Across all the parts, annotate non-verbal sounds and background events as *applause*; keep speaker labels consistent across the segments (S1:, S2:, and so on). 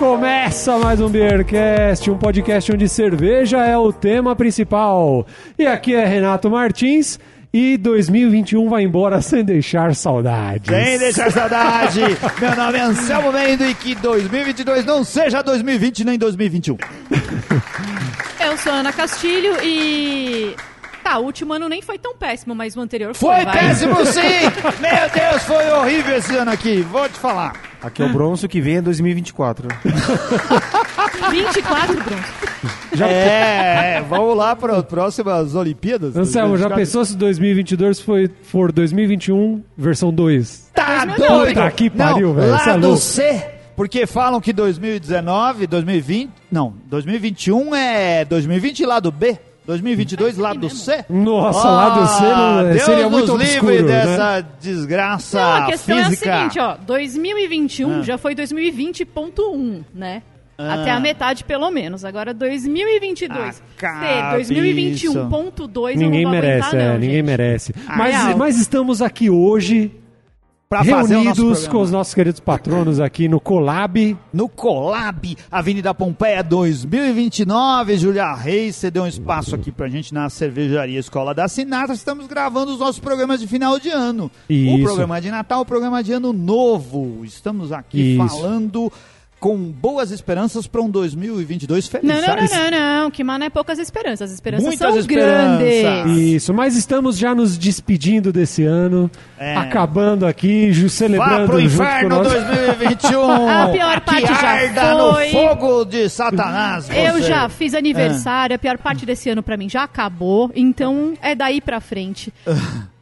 S1: Começa mais um Beercast, um podcast onde cerveja é o tema principal. E aqui é Renato Martins e 2021 vai embora *laughs* sem deixar saudades.
S2: Quem deixa saudade? *laughs* Meu nome é Anselmo Mendo e que 2022 não seja 2020 nem 2021.
S3: Eu sou É Ana Castilho e. Tá, o último ano nem foi tão péssimo, mas o anterior foi.
S2: Foi
S3: vai.
S2: péssimo sim! Meu Deus, foi horrível esse ano aqui, vou te falar.
S4: Aqui é o Bronço que vem em 2024.
S3: 24,
S2: *laughs*
S3: Bruno.
S2: É, é, vamos lá para as próximas Olimpíadas.
S1: Anselmo, já
S2: 2024.
S1: pensou se 2022 foi, for 2021 versão 2?
S2: Tá
S3: Mas não é
S2: doido!
S1: Puta que pariu,
S2: Não,
S1: velho, cê é
S2: Lá do
S1: louco.
S2: C, porque falam que 2019, 2020, não, 2021 é 2020 lá do B. 2022 lá do C? Ah,
S1: Nossa, lá do C não é,
S2: Deus
S1: seria
S2: nos
S1: muito
S2: livre
S1: obscuro, né?
S2: dessa desgraça
S3: Não, Então, a questão
S2: Ah, física.
S3: é a seguinte, ó. 2021
S2: Ah.
S3: já foi 2020.1, né?
S2: Ah.
S3: Até a metade, pelo menos. Agora, 2022.
S2: Acaba
S3: Ser 2021.2
S1: Ninguém
S3: eu não vou
S1: merece,
S3: aguentar,
S1: é,
S3: não,
S1: ninguém
S3: gente.
S1: merece. Mas,
S3: real.
S1: mas estamos aqui hoje
S2: Ah, é pra fazer o nosso
S1: reunidos com
S2: programa.
S1: os nossos queridos patronos aqui no Colab.
S2: No Colab, Avenida Pompeia 2029, Julia Reis, você deu um espaço aqui pra gente na cervejaria Escola da Sinatra. Estamos gravando os nossos programas de final de ano.
S1: Isso.
S2: O programa de Natal, o programa de ano novo. Estamos aqui
S1: Isso.
S2: falando com boas esperanças pra um 2022 feliz.
S3: Não,
S2: sabe?
S3: não, não, não, não. Que mana é poucas esperanças. As esperanças
S2: Muitas
S3: são
S2: esperanças.
S3: grandes.
S1: Isso, mas estamos já nos despedindo desse ano,
S2: É.
S1: acabando aqui, ju-
S2: Vá
S1: celebrando
S2: pro
S1: junto com
S2: inferno
S1: nós.
S2: 2021!
S3: *laughs* A pior parte
S2: que
S3: já
S2: arda
S3: foi.
S2: no fogo de Satanás.
S3: Eu
S2: você. Ah.
S3: já fiz aniversário, a pior parte desse ano pra mim já acabou, então é daí pra frente.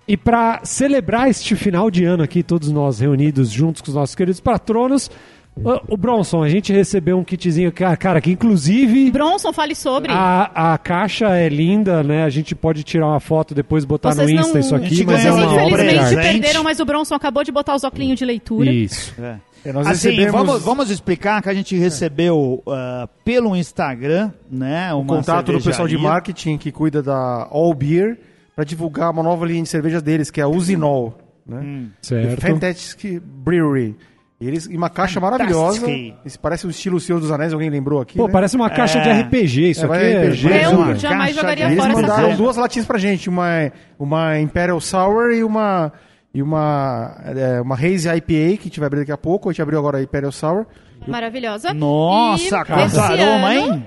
S1: E para celebrar este final de ano aqui, todos nós reunidos juntos com os nossos queridos patronos, o- o Bronson, a gente recebeu um kitzinho, que- cara, que inclusive
S3: Bronson, fale sobre.
S1: a, a caixa é linda, né? A gente pode tirar uma foto depois botar
S3: Vocês
S1: tá no
S3: não-
S1: Insta isso
S3: A
S1: aqui,
S2: gente
S1: mas é
S2: ganhou,
S1: uma
S2: infelizmente,
S1: obra de
S3: Infelizmente
S1: arte.
S2: Gente.
S3: perderam, mas o Bronson acabou de botar os óculos de leitura.
S1: Isso.
S2: É.
S4: É, nós
S2: assim,
S4: recebemos-
S2: vamos, vamos explicar que a gente recebeu ah, pelo Instagram, né? Uma
S4: um Contato do pessoal de
S2: cervejaria.
S4: marketing que cuida da All Beer para divulgar uma nova linha de cerveja deles, que é a Usinol. Né?
S2: Hum.
S4: The
S1: Certo.
S4: Fantastic Brewery. E eles, e uma caixa maravilhosa.
S2: Fantastic.
S4: Isso parece o estilo Senhor dos Anéis, alguém lembrou aqui?
S1: Pô,
S4: né?
S1: parece uma caixa de
S2: É.
S1: RPG isso
S4: É,
S1: aqui.
S4: vai
S1: é-
S4: RPG,
S1: é
S3: Eu
S1: uma-
S2: Uma
S3: jamais
S2: caixa
S3: jogaria
S2: de-
S4: Eles
S3: fora essa
S4: mandaram
S3: caixa.
S4: duas latinhas pra gente, uma, uma Imperial Sour e uma e uma é, uma Haze IPA que a gente vai abrir daqui a pouco. A gente abriu agora a Imperial Sour.
S3: Maravilhosa.
S2: Nossa,
S3: E
S2: quanto
S3: esse
S2: aroma,
S3: ano-
S2: hein?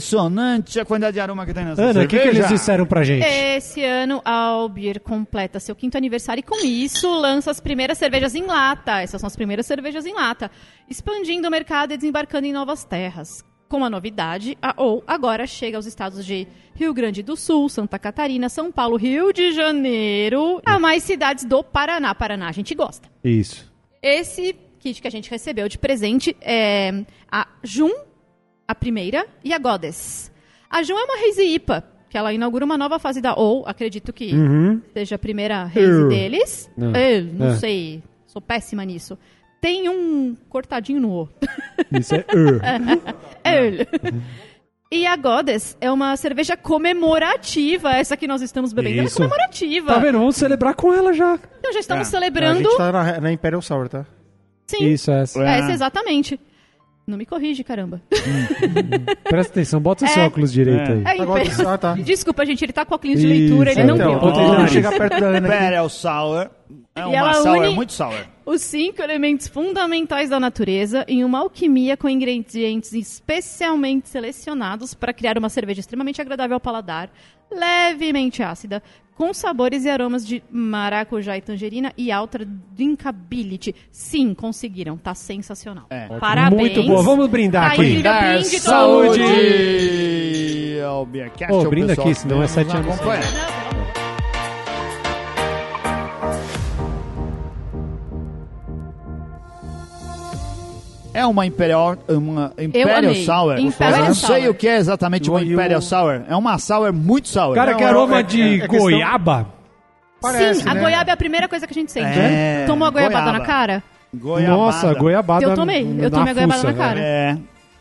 S2: Impressionante a quantidade de aroma que tem nessa
S1: Ana, o que,
S2: cerveja.
S1: que eles disseram pra gente?
S3: Esse ano a Albir completa seu quinto aniversário e com isso lança as primeiras cervejas em lata. Essas são as primeiras cervejas em lata, expandindo o mercado e desembarcando em novas terras. Com a novidade, a OU agora chega aos estados de Rio Grande do Sul, Santa Catarina, São Paulo, Rio de Janeiro, a mais cidades do Paraná. Paraná a gente gosta.
S1: Isso.
S3: Esse kit que a gente recebeu de presente é a Jun, a primeira, e a Goddess. A Jun é uma Reise IPA, que ela inaugura uma nova fase da OU, acredito que
S1: Uhum.
S3: seja a primeira Reise
S1: Eu.
S3: deles.
S1: Não.
S3: Eu não
S1: É.
S3: sei, sou péssima nisso. Tem um cortadinho no O.
S1: Isso é. ur. Ah.
S3: *laughs* Earl. E a Goddess é uma cerveja comemorativa. Essa que nós estamos bebendo
S1: Isso.
S3: ela é comemorativa.
S1: Tá vendo? Ah. Vamos celebrar com ela já.
S3: Então já estamos
S2: É.
S4: A
S3: celebrando.
S4: gente tá na, na Imperial Sour, tá?
S3: Sim,
S1: Isso, é.
S2: É.
S3: essa exatamente. Não me corrige, caramba.
S1: Presta atenção, bota esse
S3: É.
S1: óculos direito
S2: É.
S1: aí.
S3: É
S4: Agora-
S3: imprensa.
S4: ah, tá.
S3: *laughs* Desculpa, gente, ele tá com a clínica de leitura,
S1: Isso,
S3: ele não
S1: então,
S3: viu.
S1: ó.
S4: eu tentando chegar perto da Ana. aqui.
S2: Imperial Sour. É uma
S3: ela
S2: sour,
S3: une-
S2: muito sour.
S3: Os cinco elementos fundamentais da natureza em uma alquimia com ingredientes especialmente selecionados para criar uma cerveja extremamente agradável ao paladar, levemente ácida, com sabores e aromas de maracujá e tangerina e alta drinkability. Sim, conseguiram, tá sensacional.
S2: É.
S3: Parabéns.
S1: Muito boa, vamos brindar
S3: Tá
S1: aqui.
S3: incrível. brinde, todo
S1: saúde!
S2: Ao Beercast,
S1: Pô,
S2: ao
S1: brinda
S2: pessoal
S1: aqui, senão
S2: que
S1: é sete
S2: nos
S1: anos.
S2: acompanha. É uma Imperial, uma Imperial
S3: amei.
S2: Sour.
S3: Imperial
S2: eu não
S3: Sour.
S2: sei o que é exatamente uma
S4: E o-
S2: Imperial Sour. É uma Sour muito sour.
S1: Cara,
S4: Não,
S1: que
S4: é-
S1: aroma
S4: é-
S1: de
S4: é questão-
S1: goiaba.
S4: Parece,
S3: Sim, a
S4: né?
S3: goiaba é a primeira coisa que a gente sente.
S2: É,
S3: Tomou a goiabada
S2: goiaba.
S3: na cara?
S2: Goiabada.
S1: Nossa, goiabada.
S3: Eu tomei, eu
S1: na
S3: tomei a goiabada
S1: fuça,
S3: na cara.
S2: É.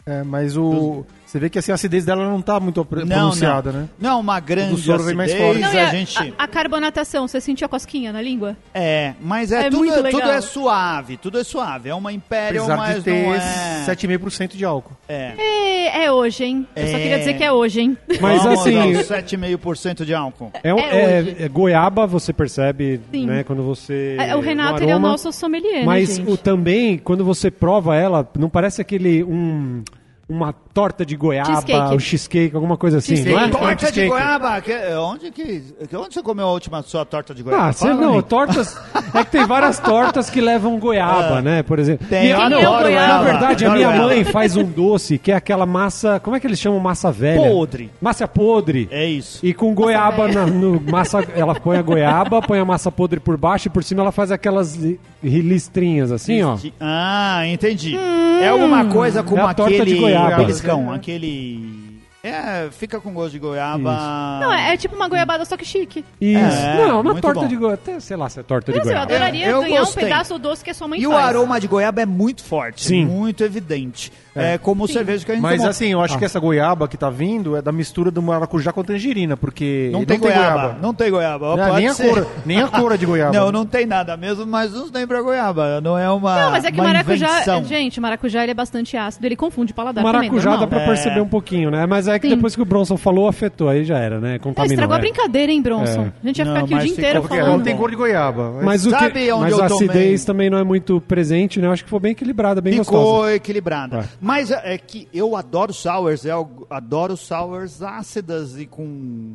S4: É, mas o. Você vê que assim, a acidez dela não tá muito apre-
S2: Não,
S4: pronunciada,
S2: não.
S4: né?
S2: Não, uma
S4: O do
S2: grande
S4: soro vem mais
S2: acidez,
S3: Não,
S4: forte.
S3: e
S2: a,
S3: a,
S2: gente...
S3: a- a carbonatação, você sentiu a cosquinha na língua?
S2: É, mas é,
S3: É
S2: tudo,
S3: muito
S2: é-
S3: legal.
S2: tudo é suave, tudo é suave. É uma Imperial,
S4: Apesar de
S2: mas não
S4: ter
S2: é...
S4: 7,5% de álcool.
S2: É.
S3: É, é hoje, hein? Eu só
S2: É.
S3: queria dizer que é hoje, hein?
S1: Mas
S2: Vamos
S1: assim,
S2: aos 7,5% de álcool.
S1: é, um-
S3: É
S1: é-
S3: hoje.
S1: é goiaba, você percebe,
S3: Sim.
S1: né? Quando você.
S3: É, *laughs* o
S1: no
S3: Renato, ele é o
S1: aroma.
S3: nosso sommelier, né,
S1: Mas
S3: gente?
S1: o, também, quando você prova ela, não parece aquele. Um, uma torta de goiaba,
S3: Cheesecake.
S1: um cheesecake, alguma coisa assim, não é?
S3: Cheesecake.
S2: Torta de
S4: Cheesecake.
S2: goiaba! que- onde que... que- Onde você comeu a última sua torta de goiaba?
S1: Ah, você
S2: Fala,
S1: não,
S2: Nick.
S1: tortas. É que tem
S2: *laughs*
S1: várias tortas que levam goiaba, né? Por exemplo.
S2: É. Tem,
S1: E-
S2: eu
S1: ah, não,
S3: adoro
S1: na
S3: goiaba,
S1: verdade, a
S2: adoro
S1: minha
S2: goiaba.
S1: mãe faz um doce que é aquela massa. Como é que eles chamam massa velha?
S2: Podre.
S1: Massa podre.
S2: É isso.
S1: E com goiaba
S3: velha.
S1: na,
S3: *laughs*
S1: no massa, ela põe a goiaba, põe a massa podre por baixo e por cima ela faz aquelas li- listrinhas assim, ó. Hum,
S2: Ah, entendi. é alguma coisa como
S1: É a torta de
S2: aquele
S1: goiaba.
S2: beliscão, aquele... É, fica com gosto de goiaba...
S3: Não, é, é tipo uma goiabada, só que chique.
S1: Isso.
S2: É,
S1: não, uma
S2: muito
S1: torta
S2: bom.
S1: de goiaba. até, Sei lá se é torta de
S3: Nossa, eu
S1: goiaba.
S3: adoraria
S2: É, eu
S3: ganhar
S2: gostei.
S3: um pedaço do doce que a sua mãe
S2: E o
S3: faz.
S2: aroma de goiaba é muito forte,
S1: Sim.
S2: muito evidente. É, como o cerveja que a gente
S4: Mas
S2: tomou.
S4: assim, eu acho que essa goiaba que tá vindo é da mistura do maracujá com tangerina, porque
S2: não, tem, goiaba, Não tem goiaba.
S4: Né,
S2: Pode
S4: nem, a
S2: ser.
S4: cor, nem a cor é de goiaba.
S2: Não, não tem nada mesmo, mas não lembra goiaba. Não é uma.
S3: Não, mas é que
S2: uma
S3: maracujá...
S2: invenção.
S3: Gente, o maracujá ele é bastante ácido, ele confunde o paladar
S1: Maracujá dá
S3: também,
S1: pra
S2: É.
S1: perceber um pouquinho, né? Mas é que
S3: Sim.
S1: depois que o Bronson falou, afetou, aí já era, né?
S3: não,
S1: Contaminou.
S3: estragou a
S1: é.
S3: brincadeira, hein, Bronson?
S1: É.
S3: A gente ia
S2: Não,
S3: ficar aqui o
S2: mas
S3: dia
S2: ficou
S3: inteiro
S2: porque
S4: Ela
S3: falando.
S4: não um tem cor de goiaba.
S1: Mas, o
S2: Sabe
S1: que,
S2: onde
S1: mas
S2: eu
S1: a
S2: tomei?
S1: acidez também não é muito presente, né? Eu acho que foi bem equilibrada, bem
S2: Ficou
S1: gostosa.
S2: equilibrada.
S1: É.
S2: Mas é é que eu adoro sours, eu adoro sours ácidas e com.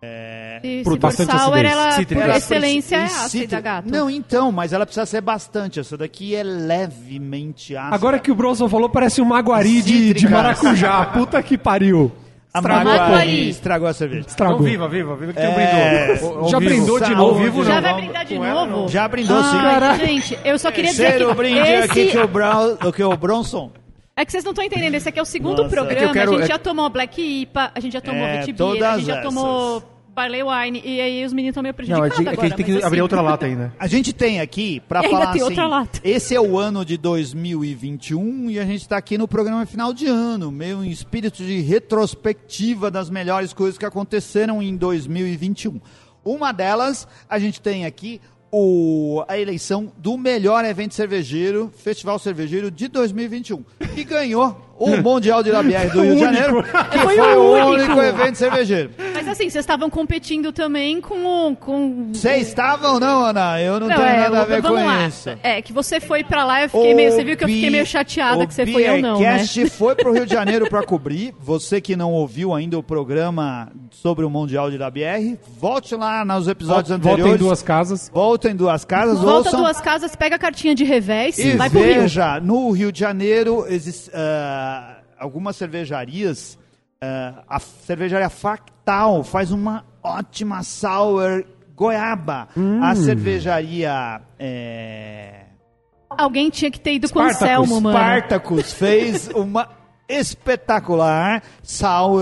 S2: É,
S3: E
S1: Por
S3: se for
S1: bastante
S3: sour,
S1: acidez.
S3: ela,
S4: Cítrica.
S3: por
S4: Ela-
S3: excelência,
S2: e
S3: é
S2: cítrica.
S3: ácida, gato.
S2: Não, então, mas ela precisa ser bastante. Essa daqui é levemente ácida.
S1: Agora que o Bronson falou, parece um maguari de, de
S2: Cítricas.
S1: maracujá. Puta que pariu.
S2: a
S1: Estragou.
S2: Maguari
S3: Maguari.
S2: estragou a cerveja.
S1: Estragou.
S4: viva, viva, viva que
S2: É.
S4: Ao- ao
S1: Já
S4: vivo.
S1: brindou de
S4: Ao
S1: novo?
S4: vivo
S3: Já
S4: não.
S3: vai
S2: vamos-
S3: brindar de
S4: com ela,
S3: novo?
S2: é, Já brindou sim.
S3: Ai, gente, eu só queria dizer
S2: Terceiro
S3: que
S2: brinde aqui
S3: esse...
S2: que o, Brown, que o Bronson.
S3: É que vocês não estão entendendo, esse aqui é o segundo
S2: Nossa.
S3: programa,
S4: É que eu quero-
S3: a gente
S4: é-
S3: já tomou Black IPA, a gente já tomou
S2: É,
S3: Red
S2: todas
S3: Beer, a gente já
S2: essas.
S3: tomou Barley Wine, e aí os meninos estão meio
S4: Não, é,
S3: prejudicados
S4: de, é
S3: agora.
S4: que a gente tem
S3: mas
S4: que abrir
S3: assim-
S4: outra lata ainda.
S2: A gente tem aqui pra
S3: E ainda
S2: falar
S3: tem
S2: assim,
S3: outra lata.
S2: esse é o ano de 2021 e a gente tá aqui no programa final de ano, meio em espírito de retrospectiva das melhores coisas que aconteceram em 2021. Uma delas, a gente tem aqui o, a eleição do melhor evento cervejeiro, Festival Cervejeiro de 2021, que ganhou o Mundial de Labier do Rio de Janeiro, que foi,
S3: Foi
S2: o
S3: o
S2: único
S3: único.
S2: evento cervejeiro.
S3: Mas assim, vocês estavam competindo também com... o- com...
S2: Vocês estavam ou não, Ana? Eu não, tenho
S3: é,
S2: nada a ver
S3: vamos
S2: com
S3: lá.
S2: isso.
S3: É, que você foi pra lá, eu fiquei meio... Você viu que eu fiquei meio chateada que você foi, eu não,
S2: O
S3: né?
S2: Beercast foi pro Rio de Janeiro pra cobrir. Você que não ouviu ainda o programa sobre o Mundial de WR, volte lá nos episódios anteriores.
S1: Volta em duas casas.
S2: Volta em duas casas.
S3: Volta
S2: ouçam
S3: duas casas, pega a cartinha de revés,
S2: e
S3: vai pro Rio.
S2: veja, no Rio de Janeiro, exis- ah, algumas cervejarias, ah, a cervejaria Factal faz uma ótima sour goiaba.
S1: Hum.
S2: A cervejaria... eh,
S3: Alguém tinha que ter ido com o
S1: Spartacus,
S3: Anselmo, mano.
S2: Spartacus fez uma espetacular sour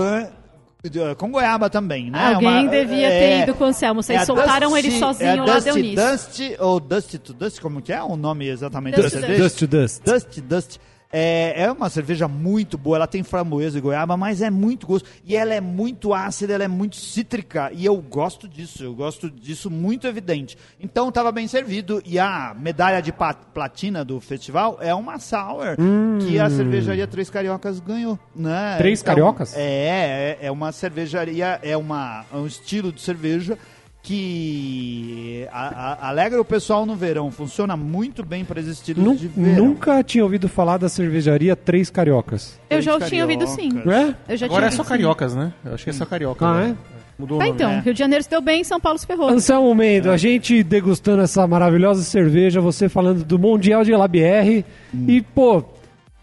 S2: eh, com goiaba também, né?
S3: Alguém
S2: Uma-
S3: devia
S2: é-
S3: ter ido com o Anselmo. Vocês
S2: a
S3: soltaram ele sozinho
S2: é a
S3: lá,
S2: Dusty,
S3: deu nisso.
S2: Dusty, ou Dusty to Dust, como que é o nome exatamente da
S3: Dust to
S2: cerveja?
S1: Dust to Dust.
S2: Dust, Dust. É, é uma cerveja muito boa, ela tem framboesa e goiaba, mas é muito gosto. E ela é muito ácida, ela é muito cítrica, e eu gosto disso, eu gosto disso muito evidente. Então estava bem servido, e a medalha de pa- platina do festival é uma sour que a cervejaria Três Cariocas ganhou. Né?
S1: Hum. Três Cariocas?
S2: É, é, é uma cervejaria, é, uma, é um estilo de cerveja que a- a- alegra o pessoal no verão, funciona muito bem para esses estilos
S1: Nu-
S2: de verão.
S1: Nunca tinha ouvido falar da cervejaria Três Cariocas.
S3: Eu já
S2: Três
S3: tinha ouvido sim.
S2: cariocas.
S1: Não é?
S3: Eu já
S4: Agora é
S3: tinha
S4: só
S3: ouvido, sim.
S4: cariocas, né? Eu acho que é só carioca.
S1: Ah,
S4: né? Mudou
S3: Ah,
S4: o nome.
S3: então,
S2: É.
S3: Rio de Janeiro se deu bem, São Paulo se ferrou.
S1: Anselmo Mendo, um a gente degustando essa maravilhosa cerveja, você falando do Mundial de Labr e, pô,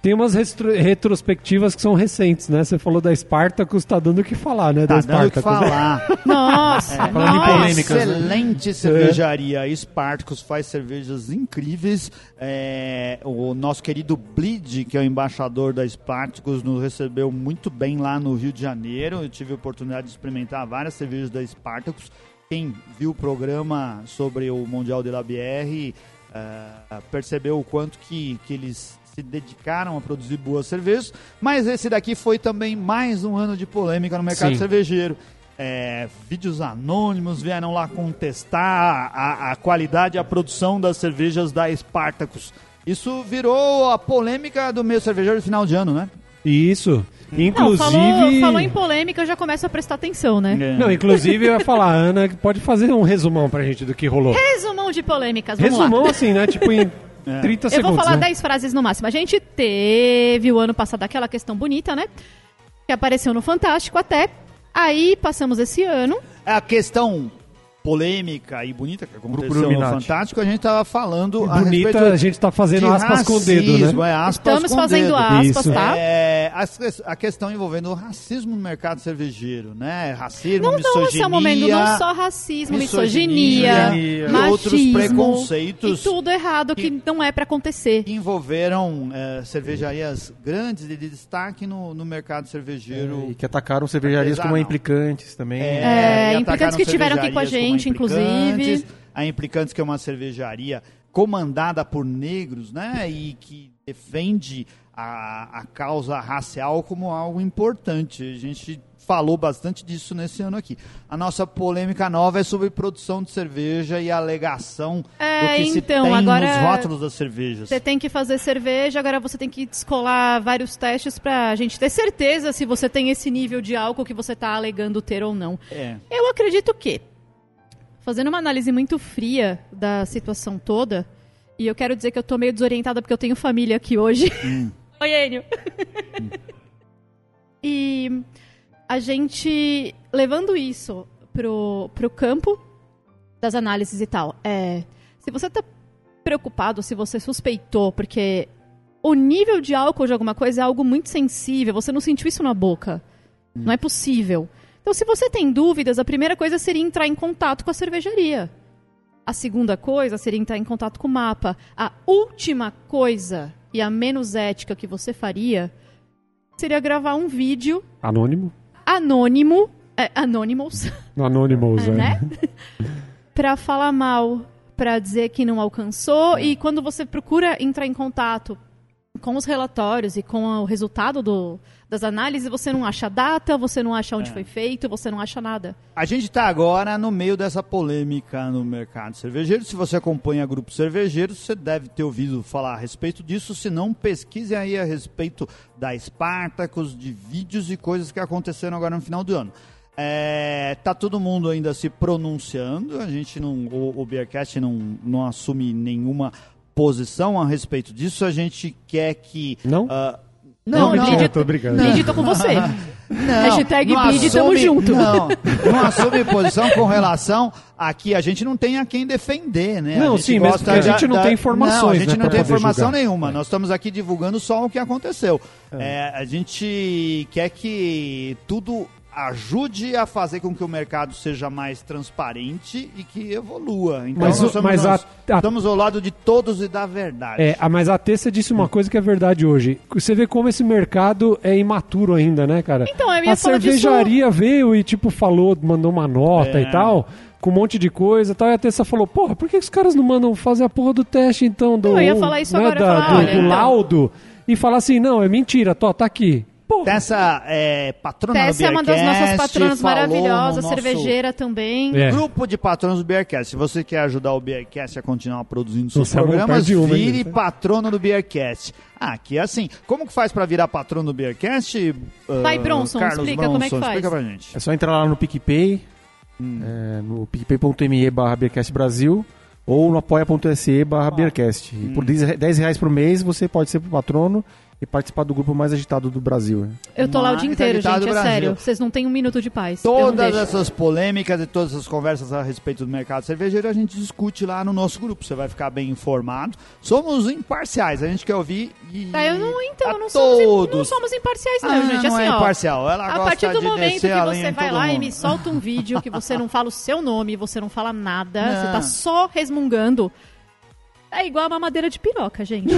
S1: tem umas restro- retrospectivas que são recentes, né? Você falou da Spartacus, tá dando o que falar, né?
S2: Tá
S1: da
S2: dando o que
S1: Spartacus. né?
S2: falar.
S3: *laughs* Nossa,
S4: falando de
S3: nossa.
S4: polêmica. Polêmicas, né?
S2: Excelente cervejaria. Spartacus faz cervejas incríveis. É, o nosso querido Bleed, que é o embaixador da Spartacus, nos recebeu muito bem lá no Rio de Janeiro. Eu tive a oportunidade de experimentar várias cervejas da Spartacus. Quem viu o é, programa sobre o Mundial de la Bière, ah, percebeu o quanto que, que eles se dedicaram a produzir boas cervejas, mas esse daqui foi também mais um ano de polêmica no mercado
S1: Sim.
S2: cervejeiro. É, vídeos anônimos vieram lá contestar a, a qualidade e a produção das cervejas da Spartacus. Isso virou a polêmica do meio cervejeiro de final de ano, né?
S1: Isso.
S3: Não,
S1: Inclusive.
S3: falou, falou em polêmica, eu já começo a prestar atenção, né?
S1: É.
S2: É.
S1: Não, inclusive eu ia falar, a Ana, que pode fazer um resumão pra gente do que rolou.
S3: Resumão de polêmicas, É, vamos lá. É.
S1: Resumão assim, né? Tipo em 30
S3: Eu
S1: segundos.
S3: vou falar
S1: né?
S3: 10 frases no máximo. A gente teve o ano passado aquela questão bonita, né? Que apareceu no Fantástico até. Aí passamos esse ano.
S2: É A questão polêmica e bonita que
S4: Grupo
S2: aconteceu no
S4: Illuminati.
S2: Fantástico, a gente estava falando a
S1: Bonita,
S2: respeito
S1: a gente tá
S2: de
S1: fazendo aspas com o dedo,
S2: racismo,
S1: né?
S2: é, aspas
S3: Estamos
S2: com
S3: fazendo
S2: dedo.
S3: aspas,
S1: Isso.
S3: tá?
S2: É, as- a, questão envolvendo o racismo no mercado cervejeiro, né? Racismo,
S3: Não, não, esse
S2: misoginia.
S3: é o momento. Não só racismo, misoginia,
S2: misoginia, e
S3: machismo.
S2: outros preconceitos
S3: E tudo errado que não é pra acontecer.
S2: que envolveram é, cervejarias grandes de destaque no, no mercado cervejeiro.
S4: E que atacaram cervejarias como
S2: Artesanal.
S4: implicantes também.
S3: É,
S2: e
S3: implicantes
S2: atacaram
S3: que tiveram aqui com a
S2: cervejarias
S3: gente,
S2: como a Implicantes.
S3: inclusive.
S2: A Implicantes, que é uma cervejaria comandada por negros, né? E que defende a, a causa racial como algo importante. A gente falou bastante disso nesse ano aqui. A nossa polêmica nova é sobre produção de cerveja e a alegação
S3: É,
S2: do que
S3: então,
S2: se tem
S3: agora-
S2: nos rótulos das cervejas.
S3: Você tem que fazer cerveja, agora você tem que descolar vários testes pra gente ter certeza se você tem esse nível de álcool que você tá alegando ter ou não.
S2: É.
S3: Eu acredito que, fazendo uma análise muito fria da situação toda, e eu quero dizer que eu tô meio desorientada porque eu tenho família aqui hoje. *laughs* Oi, Enio. e a gente, levando isso pro, pro campo das análises e tal, é, se você tá preocupado, se você suspeitou, porque o nível de álcool de alguma coisa é algo muito sensível, você não sentiu isso na boca. Não é possível. Então, se você tem dúvidas, a primeira coisa seria entrar em contato com a cervejaria. A segunda coisa seria entrar em contato com o mapa. A última coisa e a menos ética que você faria seria gravar um vídeo
S1: Anônimo?
S3: anônimo, é, anonymous,
S1: Anônimos, é.
S3: *laughs* né? pra falar mal, pra dizer que não alcançou. E quando você procura entrar em contato com os relatórios e com o resultado do- das análises, você não acha a data, você não acha onde foi feito, você não acha nada.
S2: A gente está agora no meio dessa polêmica no mercado cervejeiro. Se você acompanha grupos cervejeiros, você deve ter ouvido falar a respeito disso. Se não, pesquise aí a respeito da Spartacus, de vídeos e coisas que aconteceram agora no final do ano. É, tá todo mundo ainda se pronunciando. A gente não, o, o Beercast não, não assume nenhuma posição a respeito disso. A gente quer que
S1: Não?
S2: ah,
S1: Não,
S3: não.
S1: mentira, tô brincando.
S3: Bid, tô com *laughs* você.
S2: não,
S3: Hashtag
S2: não
S3: Bid, tamo
S2: assume-
S3: junto.
S2: Não, não assume posição com relação a que a gente não tem a quem defender, né?
S1: Não,
S2: a gente
S1: sim, mesmo porque a gente não tem informações,
S2: Não, a gente
S1: né,
S2: não
S1: pra
S2: tem
S1: poder
S2: informação
S1: julgar.
S2: nenhuma. Nós estamos aqui divulgando só o que aconteceu. É, a gente quer que tudo ajude a fazer com que o mercado seja mais transparente e que evolua. Então,
S1: Mas o-
S2: nós somos-
S1: mas
S2: nós
S1: a- a-
S2: estamos ao lado de todos e da verdade.
S1: É, ah, mas a Tessa disse uma coisa que é verdade hoje. Você vê como esse mercado é imaturo ainda, né, cara?
S3: Então, eu ia
S1: a
S3: falar
S1: cervejaria veio e, tipo, falou, mandou uma nota
S2: É.
S1: e tal, com um monte de coisa e tal. E a Tessa falou, porra, por que os caras não mandam fazer a porra do teste, então? Do,
S3: Não, eu ia falar isso agora, eu ia
S1: da-
S3: falar,
S1: do,
S3: olha,
S1: do
S3: então.
S1: laudo. E falar assim, não, é mentira, tô, tá aqui. Porra,
S2: Tessa é patrona do
S3: Tessa é uma das nossas
S2: Beercast,
S3: patronas
S2: falou no
S3: maravilhosas,
S2: nosso-
S3: cervejeira também.
S1: É.
S2: Grupo de patronos do Beercast. Se você quer ajudar o Beercast a continuar produzindo seus
S1: Nossa,
S2: programas,
S1: vontade de é uma, hein,
S2: vire
S1: gente?
S2: patrono do Beercast. Ah, que é assim. Como que faz pra virar patrono do Beercast? ah,
S3: Vai, Bronson,
S2: Carlos
S3: explica como é que
S2: Bronson,
S3: faz.
S2: Explica pra gente.
S4: É só entrar lá no PicPay, é, no picpay.me barra Beercast Brasil ou no apoia.se barra Beercast. E por 10 re- 10 reais por mês você pode ser patrono e participar do grupo mais agitado do Brasil. né?
S3: Eu tô lá o dia
S2: Mais
S3: inteiro,
S2: agitado
S3: gente, é
S2: Brasil.
S3: sério. Vocês não têm um minuto de paz. eu não
S2: Todas
S3: deixo.
S2: essas polêmicas e todas essas conversas a respeito do mercado cervejeiro a gente discute lá no nosso grupo. Você vai ficar bem informado. Somos imparciais, a gente quer ouvir e.
S3: Ah, eu não, então,
S2: a
S3: eu não somos, im- não
S2: todos.
S3: somos imparciais, não,
S2: Ah,
S3: gente.
S2: não
S3: assim,
S2: é
S3: ó.
S2: imparcial. Ela
S3: A
S2: gosta
S3: partir do
S2: de
S3: momento que
S2: descer a lenha
S3: você
S2: em
S3: vai
S2: todo
S3: lá e
S2: mundo.
S3: me solta um vídeo que você não fala o seu nome, você não fala nada,
S2: Não.
S3: você tá só resmungando. É igual a mamadeira de piroca,
S2: *laughs*
S3: gente.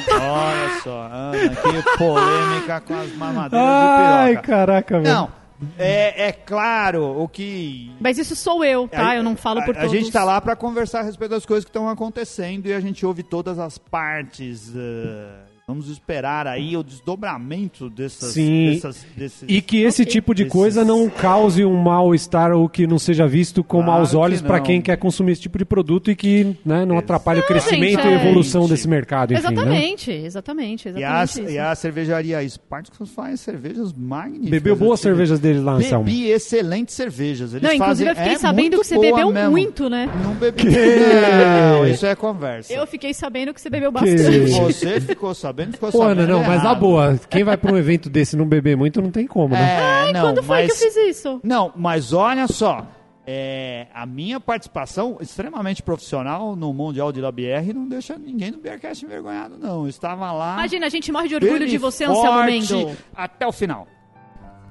S2: Olha só, Ana, que polêmica com as mamadeiras de
S1: ai,
S2: piroca.
S1: caraca, velho.
S2: Não, é, é claro o que.
S3: Mas isso sou eu, tá?
S2: a-
S3: Eu não falo por
S2: É, a,
S3: todos.
S2: A gente tá lá para conversar a respeito das coisas que estão acontecendo e a gente ouve todas as partes eh, Vamos esperar aí o desdobramento dessas,
S1: Sim.
S2: dessas desses...
S1: E que esse tipo de
S2: Esses-
S1: coisa não cause um mal-estar ou que não seja visto com
S2: Claro
S1: maus
S2: que
S1: olhos para
S2: não.
S1: quem quer consumir esse tipo de produto e que né, não atrapalhe o crescimento e
S3: gente, é.
S1: evolução desse mercado. Enfim, né?
S3: exatamente, exatamente,
S2: E a,
S3: exatamente. isso.
S2: e a cervejaria Spartacus faz cervejas magníficas.
S1: Bebeu
S2: Eu
S1: boas
S2: tive-
S1: cervejas dele lá, Anselmo.
S2: Bebi excelentes cervejas. Eles
S3: Não, inclusive
S2: fazem,
S3: eu fiquei
S2: é
S3: sabendo
S2: muito
S3: que você
S2: boa
S3: bebeu
S2: mesmo.
S3: muito, né?
S2: Não bebi. Não, isso é conversa.
S3: Eu fiquei sabendo que você bebeu
S1: Que-
S3: bastante. *laughs*
S2: Você ficou sabendo, ficou
S1: Pô,
S2: sabendo.
S1: Ana, não, mas na
S2: errado.
S1: boa, quem vai pra um evento desse e não beber muito não tem como, né?
S2: É, não,
S3: Quando foi que eu
S2: mas-
S3: fiz isso?
S2: Não, mas olha só. é, a minha participação extremamente profissional no Mundial de LBR não deixa ninguém do Bearcast envergonhado, não. Eu estava lá.
S3: Imagina, a gente morre de orgulho de
S2: firme,
S3: você, Anselmo
S2: forte,
S3: Mendo.
S2: Até o final.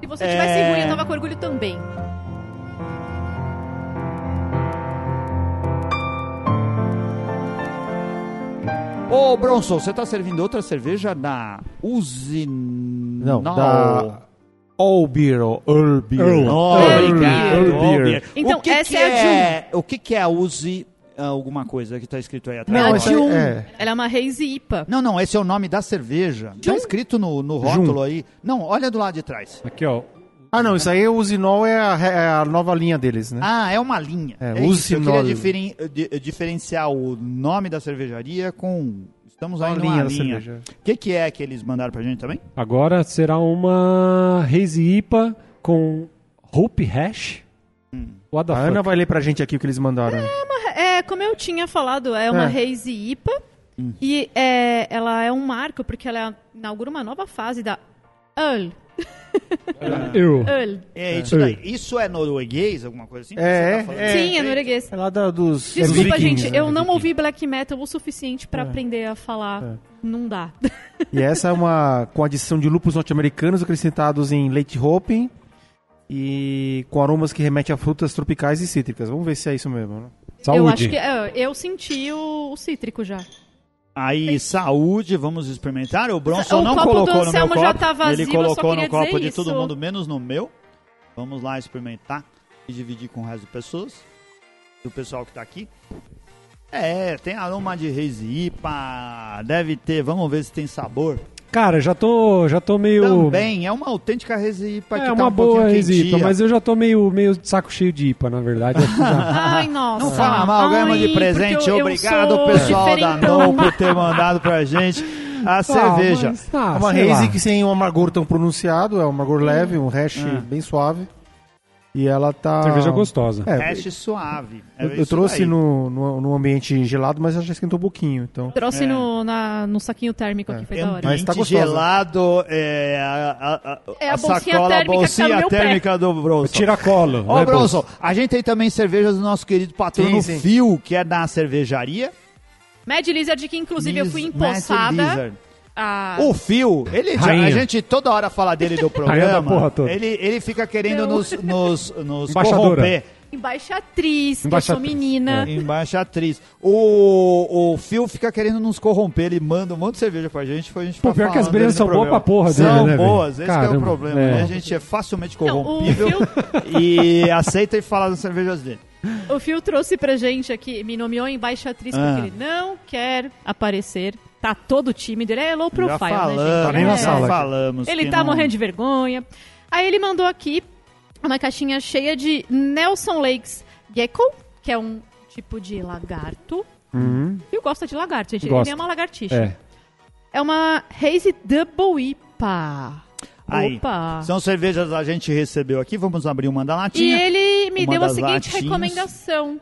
S3: Se você tivesse
S2: É.
S3: ruim, eu tava com orgulho também.
S2: Ô, Bronson, você tá servindo outra cerveja da Usinal?
S4: Não, da All Beer, ou Earl Beer.
S2: Oh,
S3: Earl
S2: obrigado,
S4: Beer.
S2: Earl Beer.
S3: Então,
S2: o que
S3: essa
S2: que
S3: é a
S2: O que que é a Uzi ah, alguma coisa que tá escrito aí atrás?
S4: Não,
S3: Ela
S4: essa
S3: tinha
S2: um-
S4: é,
S3: Ela é uma Reise IPA.
S2: Não, não, esse é o nome da cerveja. Tá escrito no, no rótulo aí. Não, olha do lado de
S3: É.
S2: trás.
S1: Aqui, ó.
S4: Ah, não, isso aí o Zinol é a, é a nova linha deles, né?
S2: Ah, é uma linha.
S4: É,
S2: isso. Eu queria
S4: Usinol.
S2: diferen- di- diferenciar o nome da cervejaria com... Estamos aí
S4: Uma
S2: numa
S4: linha da
S2: linha.
S4: cerveja.
S2: O que que é que eles mandaram pra gente também?
S1: Agora será uma Haze IPA com Hope Hash. What the
S4: Ah, a
S1: fuck?
S4: Ana vai ler pra gente aqui o que eles mandaram.
S3: É, como eu tinha falado, é uma
S4: É.
S3: Reise IPA.
S2: Hum.
S3: E é, ela é um marco, porque ela inaugura uma nova fase da Öl.
S1: Eu.
S3: Öl.
S2: É, isso daí. Isso é norueguês, alguma coisa assim?
S4: É,
S2: Você tá falando?
S4: É,
S3: Sim, é norueguês.
S4: É lá da, dos.
S3: Desculpa,
S4: dos vikings,
S3: gente,
S4: né?
S3: eu
S2: É
S3: não ouvi black metal o suficiente pra aprender a falar.
S2: É.
S3: Não dá.
S4: E essa é uma com adição de lúpulos norte-americanos acrescentados em leite hopping e com aromas que remetem a frutas tropicais e cítricas. Vamos ver se é isso mesmo. Né?
S1: Saúde.
S3: Eu acho que é, eu senti o, o
S2: *laughs*
S3: cítrico já.
S2: Aí, saúde, vamos experimentar. O Bronson
S3: O
S2: não
S3: copo
S2: colocou
S3: do
S2: no meu
S3: Anselmo
S2: copo.
S3: já tá
S2: ele
S3: vazio, eu só
S2: colocou
S3: queria
S2: no copo
S3: dizer
S2: de
S3: isso.
S2: todo mundo, menos no meu. Vamos lá experimentar e dividir com o resto de pessoas, do pessoal que tá aqui. É, tem aroma de reis IPA, deve ter, vamos ver se tem sabor.
S1: Cara, já tô, já tô meio...
S2: Também, é uma autêntica reis IPA que
S1: É
S2: tá
S1: uma
S2: um
S1: boa
S2: pouquinho
S1: Haze IPA,
S2: quentia.
S1: mas eu já tô meio, meio de saco cheio de IPA, na verdade. Eu acho que
S2: *laughs*
S1: já-
S3: Ai, nossa.
S2: Não fala mal, ganhamos de
S3: Ai,
S2: presente.
S3: porque eu- eu
S2: Obrigado,
S3: sou
S2: pessoal da
S3: diferentão.
S2: NOM, por ter mandado pra gente a cerveja.
S1: Ah, mas, ah,
S4: é uma
S1: sei lá.
S4: haze que sem um amargor tão pronunciado, é um amargor leve, um hash bem suave. E ela tá.
S2: Ah.
S1: Cerveja gostosa.
S4: É,
S2: Hash suave. É
S4: eu, eu
S2: isso
S4: trouxe
S2: daí.
S4: no, no, no ambiente gelado, mas ela já esquentou um pouquinho. Então.
S3: Trouxe
S2: É.
S3: no, na- no saquinho térmico aqui, foi da hora.
S4: Mas tá
S2: Ambiente
S4: gostosa.
S2: gelado, é, a, a- a-
S3: É a
S2: a
S3: bolsinha
S2: sacola, a
S3: térmica que tá no
S2: bolsinha
S3: meu pé.
S2: térmica do Bronson.
S1: Tira colo.
S2: Ô, Bronson, a gente tem também cervejas do nosso querido patrono
S4: Sim, sim.
S2: Fio, que é da cervejaria.
S3: Mad Lizard, que inclusive eu fui
S2: Liz- Mad
S3: empossada. Ah.
S2: Lizard. Oh.
S3: a-
S2: O Fio, ele já-
S1: Rainha.
S2: a gente toda hora fala dele do
S1: *laughs* Rainha da porra
S2: programa.
S1: toda.
S2: Ele, ele fica querendo
S3: Não.
S2: nos, nos, nos
S1: Embaixadora.
S2: corromper.
S3: Embaixatriz, que eu sou
S1: Embaixatriz.
S3: menina.
S2: É. Embaixatriz. O, o Phil fica querendo nos corromper, ele manda um monte de cerveja pra gente. Foi a gente
S1: Pô,
S2: ficar
S1: pior que as
S2: falando
S1: brejas
S2: dele no
S1: são boas
S2: programa.
S1: pra porra dele,
S2: São
S1: né, velho?
S2: boas, esse que é o
S1: Caramba,
S2: problema,
S1: é.
S2: né? A gente é facilmente
S3: Não, o,
S2: corrompível
S3: Phil, *laughs*
S2: e aceita e fala das cervejas dele.
S3: o Phil trouxe pra gente aqui, me nomeou embaixatriz
S2: Ah.
S3: porque ele não quer aparecer. Tá todo tímido, ele é low profile,
S2: já falamos,
S3: né, gente?
S4: Tá nem na
S3: É.
S4: sala.
S2: já falamos.
S3: Ele
S2: que
S3: tá
S2: não-
S3: morrendo de vergonha. Aí ele mandou aqui uma caixinha cheia de Nelson Lakes Gecko, que é um tipo de lagarto.
S2: Hum.
S3: Eu gosto de lagarto, gente.
S1: Gosto.
S3: Ele ama lagartixa.
S1: É.
S3: É uma Hazy Double IPA.
S2: Aí,
S3: Opa!
S2: São cervejas que a gente recebeu aqui, vamos abrir uma da
S3: E
S2: latinha.
S3: ele me
S2: Uma
S3: deu a
S2: das
S3: seguinte
S2: latinhas.
S3: recomendação.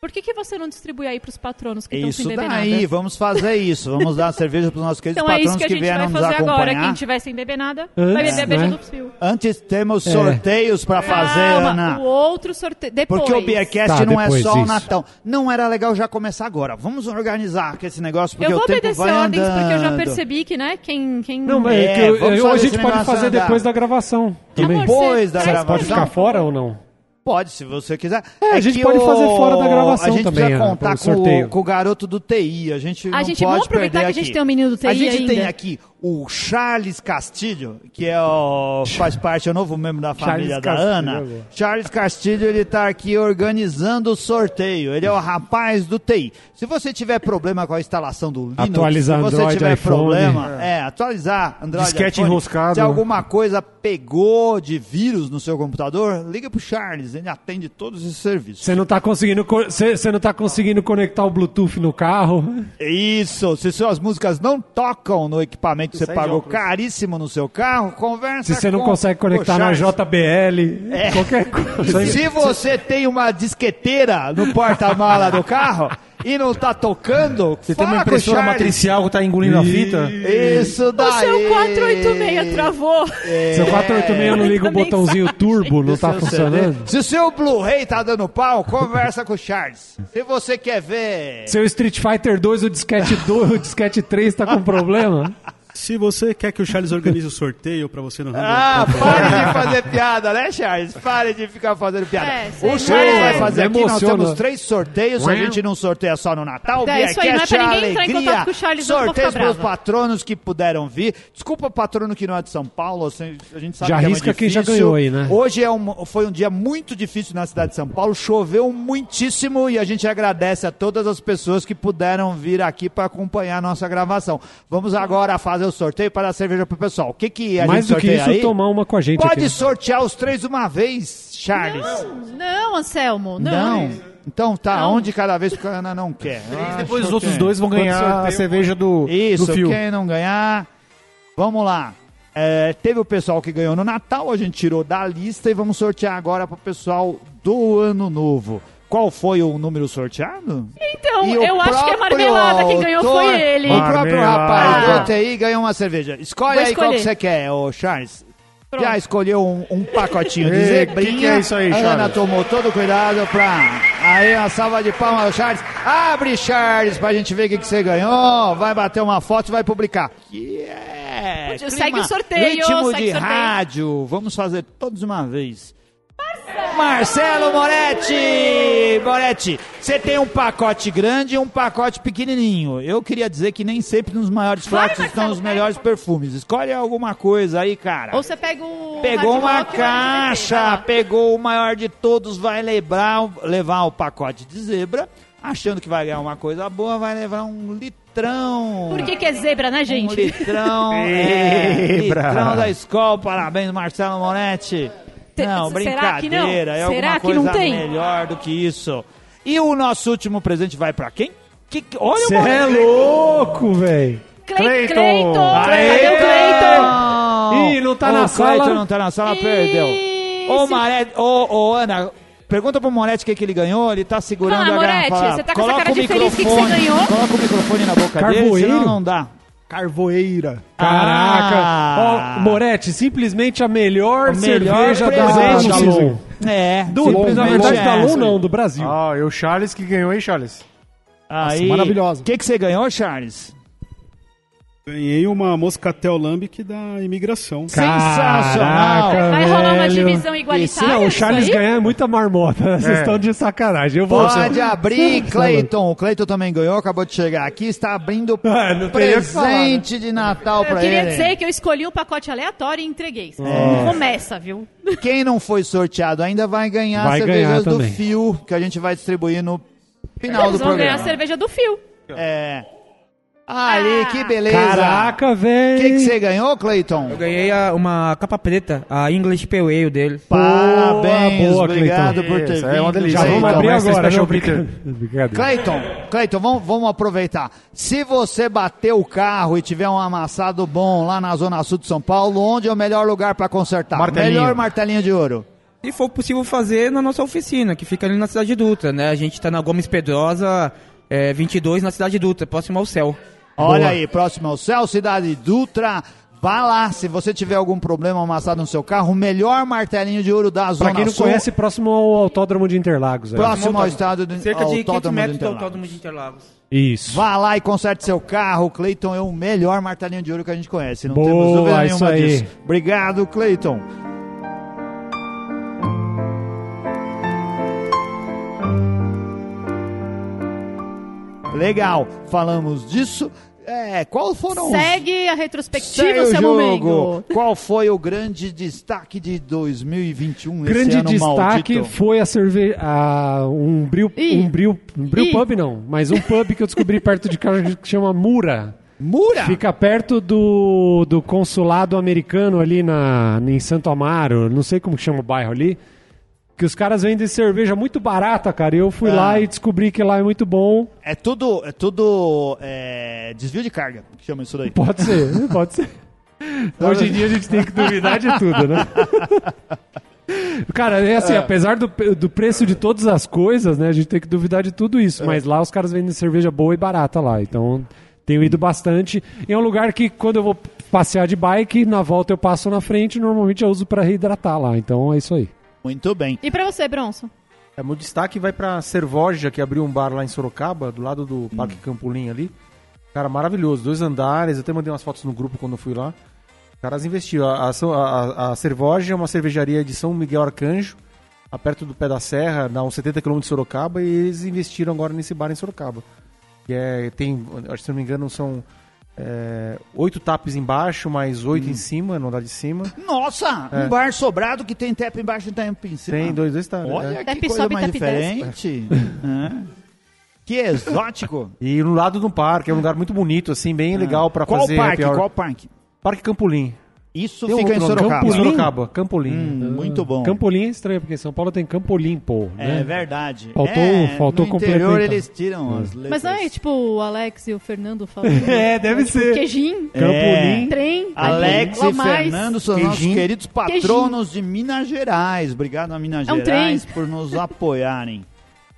S3: Por que, que você não distribui aí pros patronos que
S2: É
S3: estão Então, sem
S2: Isso
S3: beber
S2: daí,
S3: nada?
S2: vamos fazer isso. Vamos dar cerveja pros nossos queridos
S3: Então é
S2: patronos
S3: isso que a gente
S2: vieram
S3: vai
S2: nos
S3: fazer
S2: acompanhar.
S3: agora. Quem tiver sem beber nada, vai
S1: Antes,
S3: beber a beija
S1: né?
S3: do Psyll.
S2: Antes
S1: É.
S2: temos sorteios pra fazer,
S3: Calma,
S2: Ana.
S3: o outro sorteio. Depois.
S2: Porque o Beercast
S1: Tá,
S2: não é
S1: depois
S2: só o
S1: disso.
S2: Natal. Não era legal já começar agora. Vamos organizar com esse negócio, porque
S3: eu vou
S2: o tempo
S3: obedecer
S2: vai
S3: ordens
S2: andando.
S3: porque eu já percebi que, né, quem... quem...
S1: Não, mas é,
S2: É,
S1: que eu-
S2: vamos
S1: eu-
S2: fazer
S1: a
S2: esse
S1: gente pode
S2: negócio
S1: fazer
S2: andar.
S1: depois da gravação também.
S3: Amor,
S2: Depois
S3: você
S2: da
S3: traz
S2: gravação.
S1: Pode ficar
S3: pra-
S1: fora ou não?
S2: Pode, se você quiser.
S1: É, a gente
S2: que
S1: pode
S2: o-
S1: fazer fora da gravação
S2: A gente
S1: também,
S2: precisa
S1: Ana,
S2: contar
S1: pro sorteio.
S2: com, o- com o garoto do TI. A gente
S3: A
S2: não
S3: gente,
S2: pode
S3: vamos aproveitar
S2: perder
S3: que a gente
S2: aqui.
S3: tem o menino do TI
S2: A gente tem
S3: ainda.
S2: aqui o Charles Castilho, que é o, faz parte, é o novo membro da família da
S1: Castilho,
S2: Ana.
S1: agora.
S2: Charles Castilho, ele tá aqui organizando o sorteio. Ele é o rapaz do TI. Se você tiver problema com a instalação do Linux,
S1: Atualizar
S2: se você
S1: Android,
S2: tiver
S1: iPhone.
S2: problema, é, atualizar Android,
S4: Disquete
S2: iPhone,
S4: enroscado.
S2: Se alguma coisa pegou de vírus no seu computador, liga pro Charles, ele atende todos esses serviços.
S1: Você não tá conseguindo, co- você você não tá conseguindo conectar o Bluetooth no carro.
S2: Isso, se suas músicas não tocam no equipamento que você
S4: Sai de
S2: pagou
S4: óculos.
S2: caríssimo no seu carro, conversa
S1: Se você não
S2: com
S1: consegue conectar
S2: o
S1: na
S2: Charles. É.
S1: JBL,
S2: *laughs*
S1: qualquer coisa. tá
S2: E se você tem uma disqueteira no porta-mala do carro e não tá tocando,
S4: Você
S2: fala
S4: tem uma
S2: com o
S4: impressora
S2: Charles.
S4: matricial que tá engolindo a fita?
S2: Isso
S3: O
S2: daí.
S3: seu 486 travou.
S2: É.
S1: Seu 486 não liga o
S3: Mensagem.
S1: botãozinho turbo, não tá
S2: Seu
S1: funcionando.
S2: CD. Se o seu Blu-ray tá dando pau, conversa com o Charles. Se você quer ver.
S1: Seu Street Fighter 2, o
S2: *laughs*
S1: disquete 2, o disquete 3 tá com problema.
S5: Se você quer que o Charles organize o sorteio pra você no Rumble,
S1: Tá
S2: Ah, pare de fazer piada, né, Charles? Pare de ficar fazendo piada.
S3: É, sei
S2: o
S3: lá.
S2: Charles vai fazer
S1: Me
S2: aqui, nós
S1: emociona.
S2: temos três sorteios, a gente não sorteia só no Natal,
S3: É, isso aí, não é
S2: Beercast
S3: pra ninguém entrar em
S2: alegria,
S3: contato com o Charles, não, eu vou ficar
S2: sorteios pros
S3: brava.
S2: patronos que puderam vir. Desculpa, patrono que não é de São Paulo, assim, a gente sabe
S1: Já
S2: que é
S1: arrisca
S2: muito
S1: quem já
S2: difícil.
S1: ganhou aí, né?
S2: Hoje é um- foi um dia muito difícil na cidade de São Paulo, choveu muitíssimo e a gente agradece a todas as pessoas que puderam vir aqui para acompanhar a nossa gravação. Vamos agora fazer o sorteio para a cerveja pro pessoal. O que que *laughs* a
S1: Mais
S2: gente
S1: do que
S2: sorteia
S1: isso,
S2: aí?
S1: tomar uma com a gente
S2: Pode
S1: aqui. né?
S2: sortear os três de uma vez, Charles.
S3: Não, Anselmo, não.
S2: Não. Então tá,
S3: Não.
S2: onde cada vez porque a Ana não quer. Ah,
S4: Depois os
S2: choquei.
S4: outros dois vão ganhar a cerveja do,
S2: Isso,
S4: do fio.
S2: quem não ganhar. Vamos lá. É, teve o pessoal que ganhou no Natal, a gente tirou da lista e vamos sortear agora pro pessoal do Ano Novo. Qual foi o número sorteado?
S3: Então,
S2: E o
S3: eu acho que é
S2: próprio
S3: marmelada. Quem ganhou
S2: autor-
S3: foi ele.
S2: O próprio rapaz
S3: Ah.
S2: do TI ganhou uma cerveja. Escolhe
S3: Vou
S2: aí qual que você
S3: escolher.
S2: quer, ô Charles.
S3: Pronto.
S2: Já escolheu um, um pacotinho de
S4: Ei,
S2: zebrinha.
S4: que que é isso aí,
S2: A Ana
S4: Charles?
S2: tomou todo o cuidado pra... Aí, uma salva de palmas ao Charles. Abre, Charles, pra gente ver o que, que você ganhou. Vai bater uma foto e vai publicar. Que é...
S3: Segue o sorteio,
S2: Ritmo
S3: segue
S2: de
S3: o sorteio.
S2: rádio. Vamos fazer todos uma vez. Marcelo Moretti! Moretti, você tem um pacote grande e um pacote pequenininho. Eu queria dizer que nem sempre nos maiores
S3: Vai,
S2: frascos estão
S3: Marcelo,
S2: os
S3: vai.
S2: melhores perfumes. Escolhe alguma coisa aí, cara.
S3: Ou você pega o.
S2: Pegou
S3: Hard
S2: uma
S3: Rock e o LGBT, tá
S2: caixa,
S3: lá.
S2: pegou o maior de todos, vai levar, levar o pacote de zebra, achando que vai ganhar uma coisa boa, vai levar um litrão.
S3: Por que, que é zebra, né,
S2: Um
S3: gente?
S2: litrão, é,
S4: Zebra.
S2: litrão da escola, parabéns, Marcelo Moretti.
S3: Te-
S2: Não,
S3: será que não?
S2: brincadeira, é
S3: Será
S2: alguma
S3: que não
S2: coisa
S3: tem?
S2: melhor do que isso. E o nosso último presente vai pra quem? Que, que- olha
S1: Você
S2: o
S1: é louco, velho.
S3: Clay-
S4: Cleiton!
S3: Cleiton! Cadê o
S2: Aê!
S3: Cleiton?
S1: Ih, não tá
S2: o
S1: na
S2: Clayton
S1: sala.
S2: não tá na sala,
S3: Ih,
S2: perdeu. Ô,
S3: se-
S2: Moretti, ô, ô, Ana, pergunta pro Moretti o que, que ele ganhou, ele tá segurando
S3: Fala,
S2: a garrafa.
S3: Moretti,
S2: lá.
S3: você tá com essa
S2: Coloca
S3: cara
S2: o
S3: de feliz, o que que você
S2: microfone,
S3: ganhou?
S2: Coloca o microfone na boca dele,
S1: Carvoeiro?
S2: senão não dá.
S6: Carvoeira.
S1: Caraca.
S2: Ah.
S1: Ó, Moretti, simplesmente a melhor,
S2: A melhor
S1: cerveja
S2: presente.
S1: da Dalon.
S2: É.
S1: Do, na verdade, da Lon não, do Brasil.
S4: Ah, e o Charles que ganhou, hein, Charles?
S2: Aí,
S6: maravilhosa.
S2: O que, que você ganhou, Charles?
S5: ganhei uma moscatel lambic da imigração.
S2: Sensacional!
S1: Caraca,
S3: Vai rolar uma
S1: velho.
S3: divisão igualitária?
S1: Não, o
S3: isso
S1: Charles
S3: aí?
S1: ganhar é muita marmota. *laughs* Vocês
S4: É.
S1: estão de sacanagem. Eu vou.
S2: Pode abrir,
S1: Não,
S2: Cleiton. O Cleiton também ganhou, acabou de chegar aqui. Está abrindo
S1: *laughs* Ah, não teria que falar,
S2: presente de Natal
S3: Eu
S2: pra
S3: queria
S2: ele. É.
S3: dizer que eu escolhi o pacote aleatório e entreguei. Começa, viu?
S2: Quem não foi sorteado ainda vai ganhar
S1: Vai
S2: cervejas
S1: ganhar
S2: do
S1: também.
S2: fio que a gente vai distribuir no final do
S3: Eles vão ganhar
S2: programa.
S3: a cerveja do fio.
S2: É. Aí,
S3: Ah.
S2: que beleza.
S1: Caraca,
S2: O
S1: velho.
S2: que que você ganhou, Cleiton?
S7: Eu ganhei a- uma capa preta, a English Pale Ale dele.
S2: Parabéns,
S1: boa,
S2: obrigado
S1: Cleiton.
S2: por ter
S4: Isso,
S2: vindo.
S4: é uma delícia.
S1: Já vamos
S2: Cleiton.
S4: Então,
S1: abrir
S4: essa é
S1: agora,
S4: special
S1: não,
S4: beaker.
S1: brinca- *laughs* brincadeira.
S2: Cleiton, Cleiton, vamos, vamos aproveitar. Se você bater o carro e tiver um amassado bom lá na Zona Sul de São Paulo, onde é o melhor lugar para consertar?
S4: Martelinho.
S2: Melhor martelinho de ouro.
S7: Se for possível fazer na nossa oficina, que fica ali na Cidade Dutra, né? A gente tá na Gomes Pedrosa é, 22, na Cidade Dutra, próximo ao céu.
S2: Olha aí, próximo é ao céu, Cidade Dutra. Vá lá, se você tiver algum problema amassado no seu carro, o melhor martelinho de ouro da Zona
S1: Pra quem não
S2: Sul.
S1: conhece, próximo ao Autódromo de Interlagos. é.
S2: próximo ao estado do
S7: Cerca
S2: ao
S7: de 500
S2: Autódromo do
S7: metros do
S2: Interlagos.
S7: Autódromo de Interlagos.
S1: Isso.
S2: Vá lá e conserte seu carro. Cleiton é o melhor martelinho de ouro que a gente conhece. Não
S1: Boa,
S2: temos dúvida
S1: isso
S2: nenhuma
S1: aí.
S2: disso. Obrigado, Cleiton. Legal, falamos disso. É, qual foram os-
S3: Segue a retrospectiva,
S2: Segue o
S3: seu momento.
S2: Qual foi o grande destaque de 2021? esse
S1: Grande
S2: ano
S1: destaque
S2: maldito?
S1: foi a cerveja. a- um bril.
S3: Ih.
S1: Um bril. Um bril
S3: Ih.
S1: pub não, mas um pub que eu descobri perto de casa que chama Mura.
S2: Mura!
S1: Fica perto do, do consulado americano ali na, em Santo Amaro, não sei como que chama o bairro ali. Que os caras vendem cerveja muito barata, cara. E eu fui
S2: Ah.
S1: lá e descobri que lá é muito bom.
S2: É tudo, é tudo é, desvio de carga, que chama isso daí.
S1: Pode ser, pode ser. *laughs* Hoje em dia a gente tem que duvidar de tudo, né? *laughs* Cara, é assim, apesar do, pe- do preço de todas as coisas, né? A gente tem que duvidar de tudo isso. Mas lá os caras vendem cerveja boa e barata lá. Então, tenho ido bastante. E é um lugar que quando eu vou passear de bike, na volta eu passo na frente, normalmente eu uso pra reidratar lá. Então é isso aí.
S2: Muito bem.
S3: E pra você, Bronson?
S4: É, meu destaque vai pra Cervoja, que abriu um bar lá em Sorocaba, do lado do Parque Campolim ali. Cara, maravilhoso. Dois andares. Eu até mandei umas fotos no grupo quando eu fui lá. Os caras investiram. A, a, a, a Cervoja é uma cervejaria de São Miguel Arcanjo, lá perto do pé da serra, dá uns 70 km de Sorocaba, e eles investiram agora nesse bar em Sorocaba. Que é, tem, acho que se não me engano, são é, oito taps embaixo, mais oito em cima, no andar de cima.
S2: Nossa, um bar sobrado que tem tap embaixo e tap em cima.
S4: É. Tem dois, dois taps. é.
S2: Olha
S3: Tap
S2: que coisa
S3: sobe,
S2: mais
S3: tap desce.
S2: diferente. É. Que exótico.
S4: E no lado do parque, é um lugar muito bonito, assim, bem legal *laughs* pra
S2: Ah. Qual
S4: fazer
S2: parque?
S4: happy hour.
S2: Qual parque?
S4: Parque Campolim.
S2: Isso
S4: Tem um
S2: fica em
S4: outro nome,
S2: é Sorocaba.
S1: Campolim?
S4: Sorocaba, Campolim.
S2: Hum, muito bom.
S1: Campolim é estranho, porque em São Paulo tem Campolim, pô.
S2: É
S1: Né?
S2: verdade.
S1: Faltou-
S4: um-
S2: é,
S1: faltou
S2: no interior
S1: complementar.
S4: então.
S2: eles tiram as letras.
S3: Mas não é tipo o Alex e o Fernando
S2: *laughs*
S3: falando.
S1: É, deve
S3: tipo,
S1: ser.
S3: Queijinho,
S4: É.
S1: Campolim.
S3: trem,
S2: É. Alex
S3: logo
S2: e Fernando são nossos
S4: Queijinho.
S2: queridos patronos de Minas Gerais. Obrigado a Minas
S3: É um
S2: Gerais por
S3: *laughs*
S2: nos apoiarem.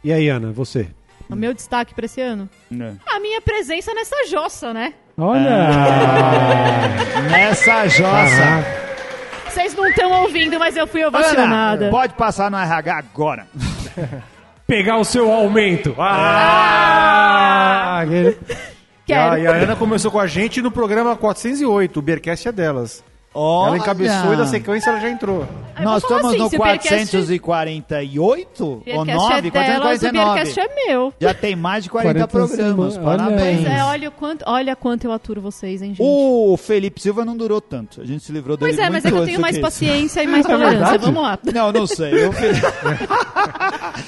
S1: E aí, Ana, você?
S3: O meu destaque pra esse ano? A minha presença nessa jossa, né?
S1: É. Olha!
S2: Nessa jossa.
S1: Caraca.
S3: Vocês não estão ouvindo, mas eu fui ovacionada.
S2: Ana, pode passar no RH agora.
S1: Pegar o seu aumento. Ah! Aquele-
S4: E a, e
S3: Quero.
S4: a Ana começou com a gente no programa 408, o Beercast é delas. Ela
S2: Olha.
S4: encabeçou e da sequência ela já entrou.
S3: Aí eu
S2: Nós
S3: vou falar
S2: estamos
S3: assim,
S2: no
S3: se o Beercast-
S2: 448 ou
S3: Beercast
S2: 9?
S3: é delas, o
S2: 449.
S3: Beercast é meu.
S2: Já tem mais de 40,
S1: 40
S2: programas.
S1: semanas.
S2: Parabéns.
S3: Pois é, olha o quanto, olha quanto eu aturo vocês, hein, gente.
S2: O Felipe Silva não durou tanto. A gente se livrou dele
S3: pois é,
S2: muito
S3: mas é que eu
S2: antes
S3: tenho
S2: do
S3: mais
S2: isso. É
S3: paciência e mais tolerância. Vamos lá.
S2: Não, não sei. O Felipe...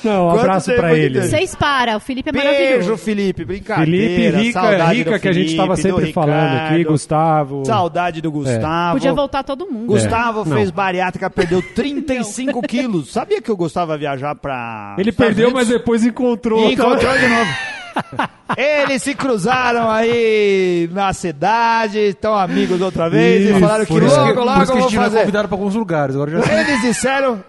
S1: Não, um
S2: Quanto
S1: abraço
S2: tempo
S1: pra
S2: de
S1: ele.
S2: tempo?
S3: Vocês para, o Felipe *laughs* é
S2: Beijo,
S3: maravilhoso.
S2: Felipe. Brincadeira.
S1: Felipe Rica,
S2: saudade
S1: Rica
S2: do
S1: que a gente
S2: Felipe,
S1: estava
S2: do
S1: sempre falando aqui,
S2: Ricardo.
S1: Gustavo.
S2: Saudade do Gustavo.
S3: Podia voltar todo mundo. né?
S2: Gustavo
S1: É,
S2: fez
S1: *laughs*
S2: bariátrica, perdeu 35 quilos. Sabia que o Gustavo ia viajar pra.
S1: Ele
S2: Estados
S1: perdeu, mas
S2: Unidos?
S1: depois encontrou.
S2: E encontrou
S1: *laughs*
S2: de novo. Eles se cruzaram aí na cidade, estão amigos outra vez e
S1: Isso,
S2: falaram que
S1: por isso
S2: logo,
S1: que- é
S4: por
S2: logo
S4: isso
S2: eu
S4: que
S2: vou
S4: eles tiveram
S2: fazer.
S4: convidado pra alguns lugares. Agora já
S2: Eles disseram,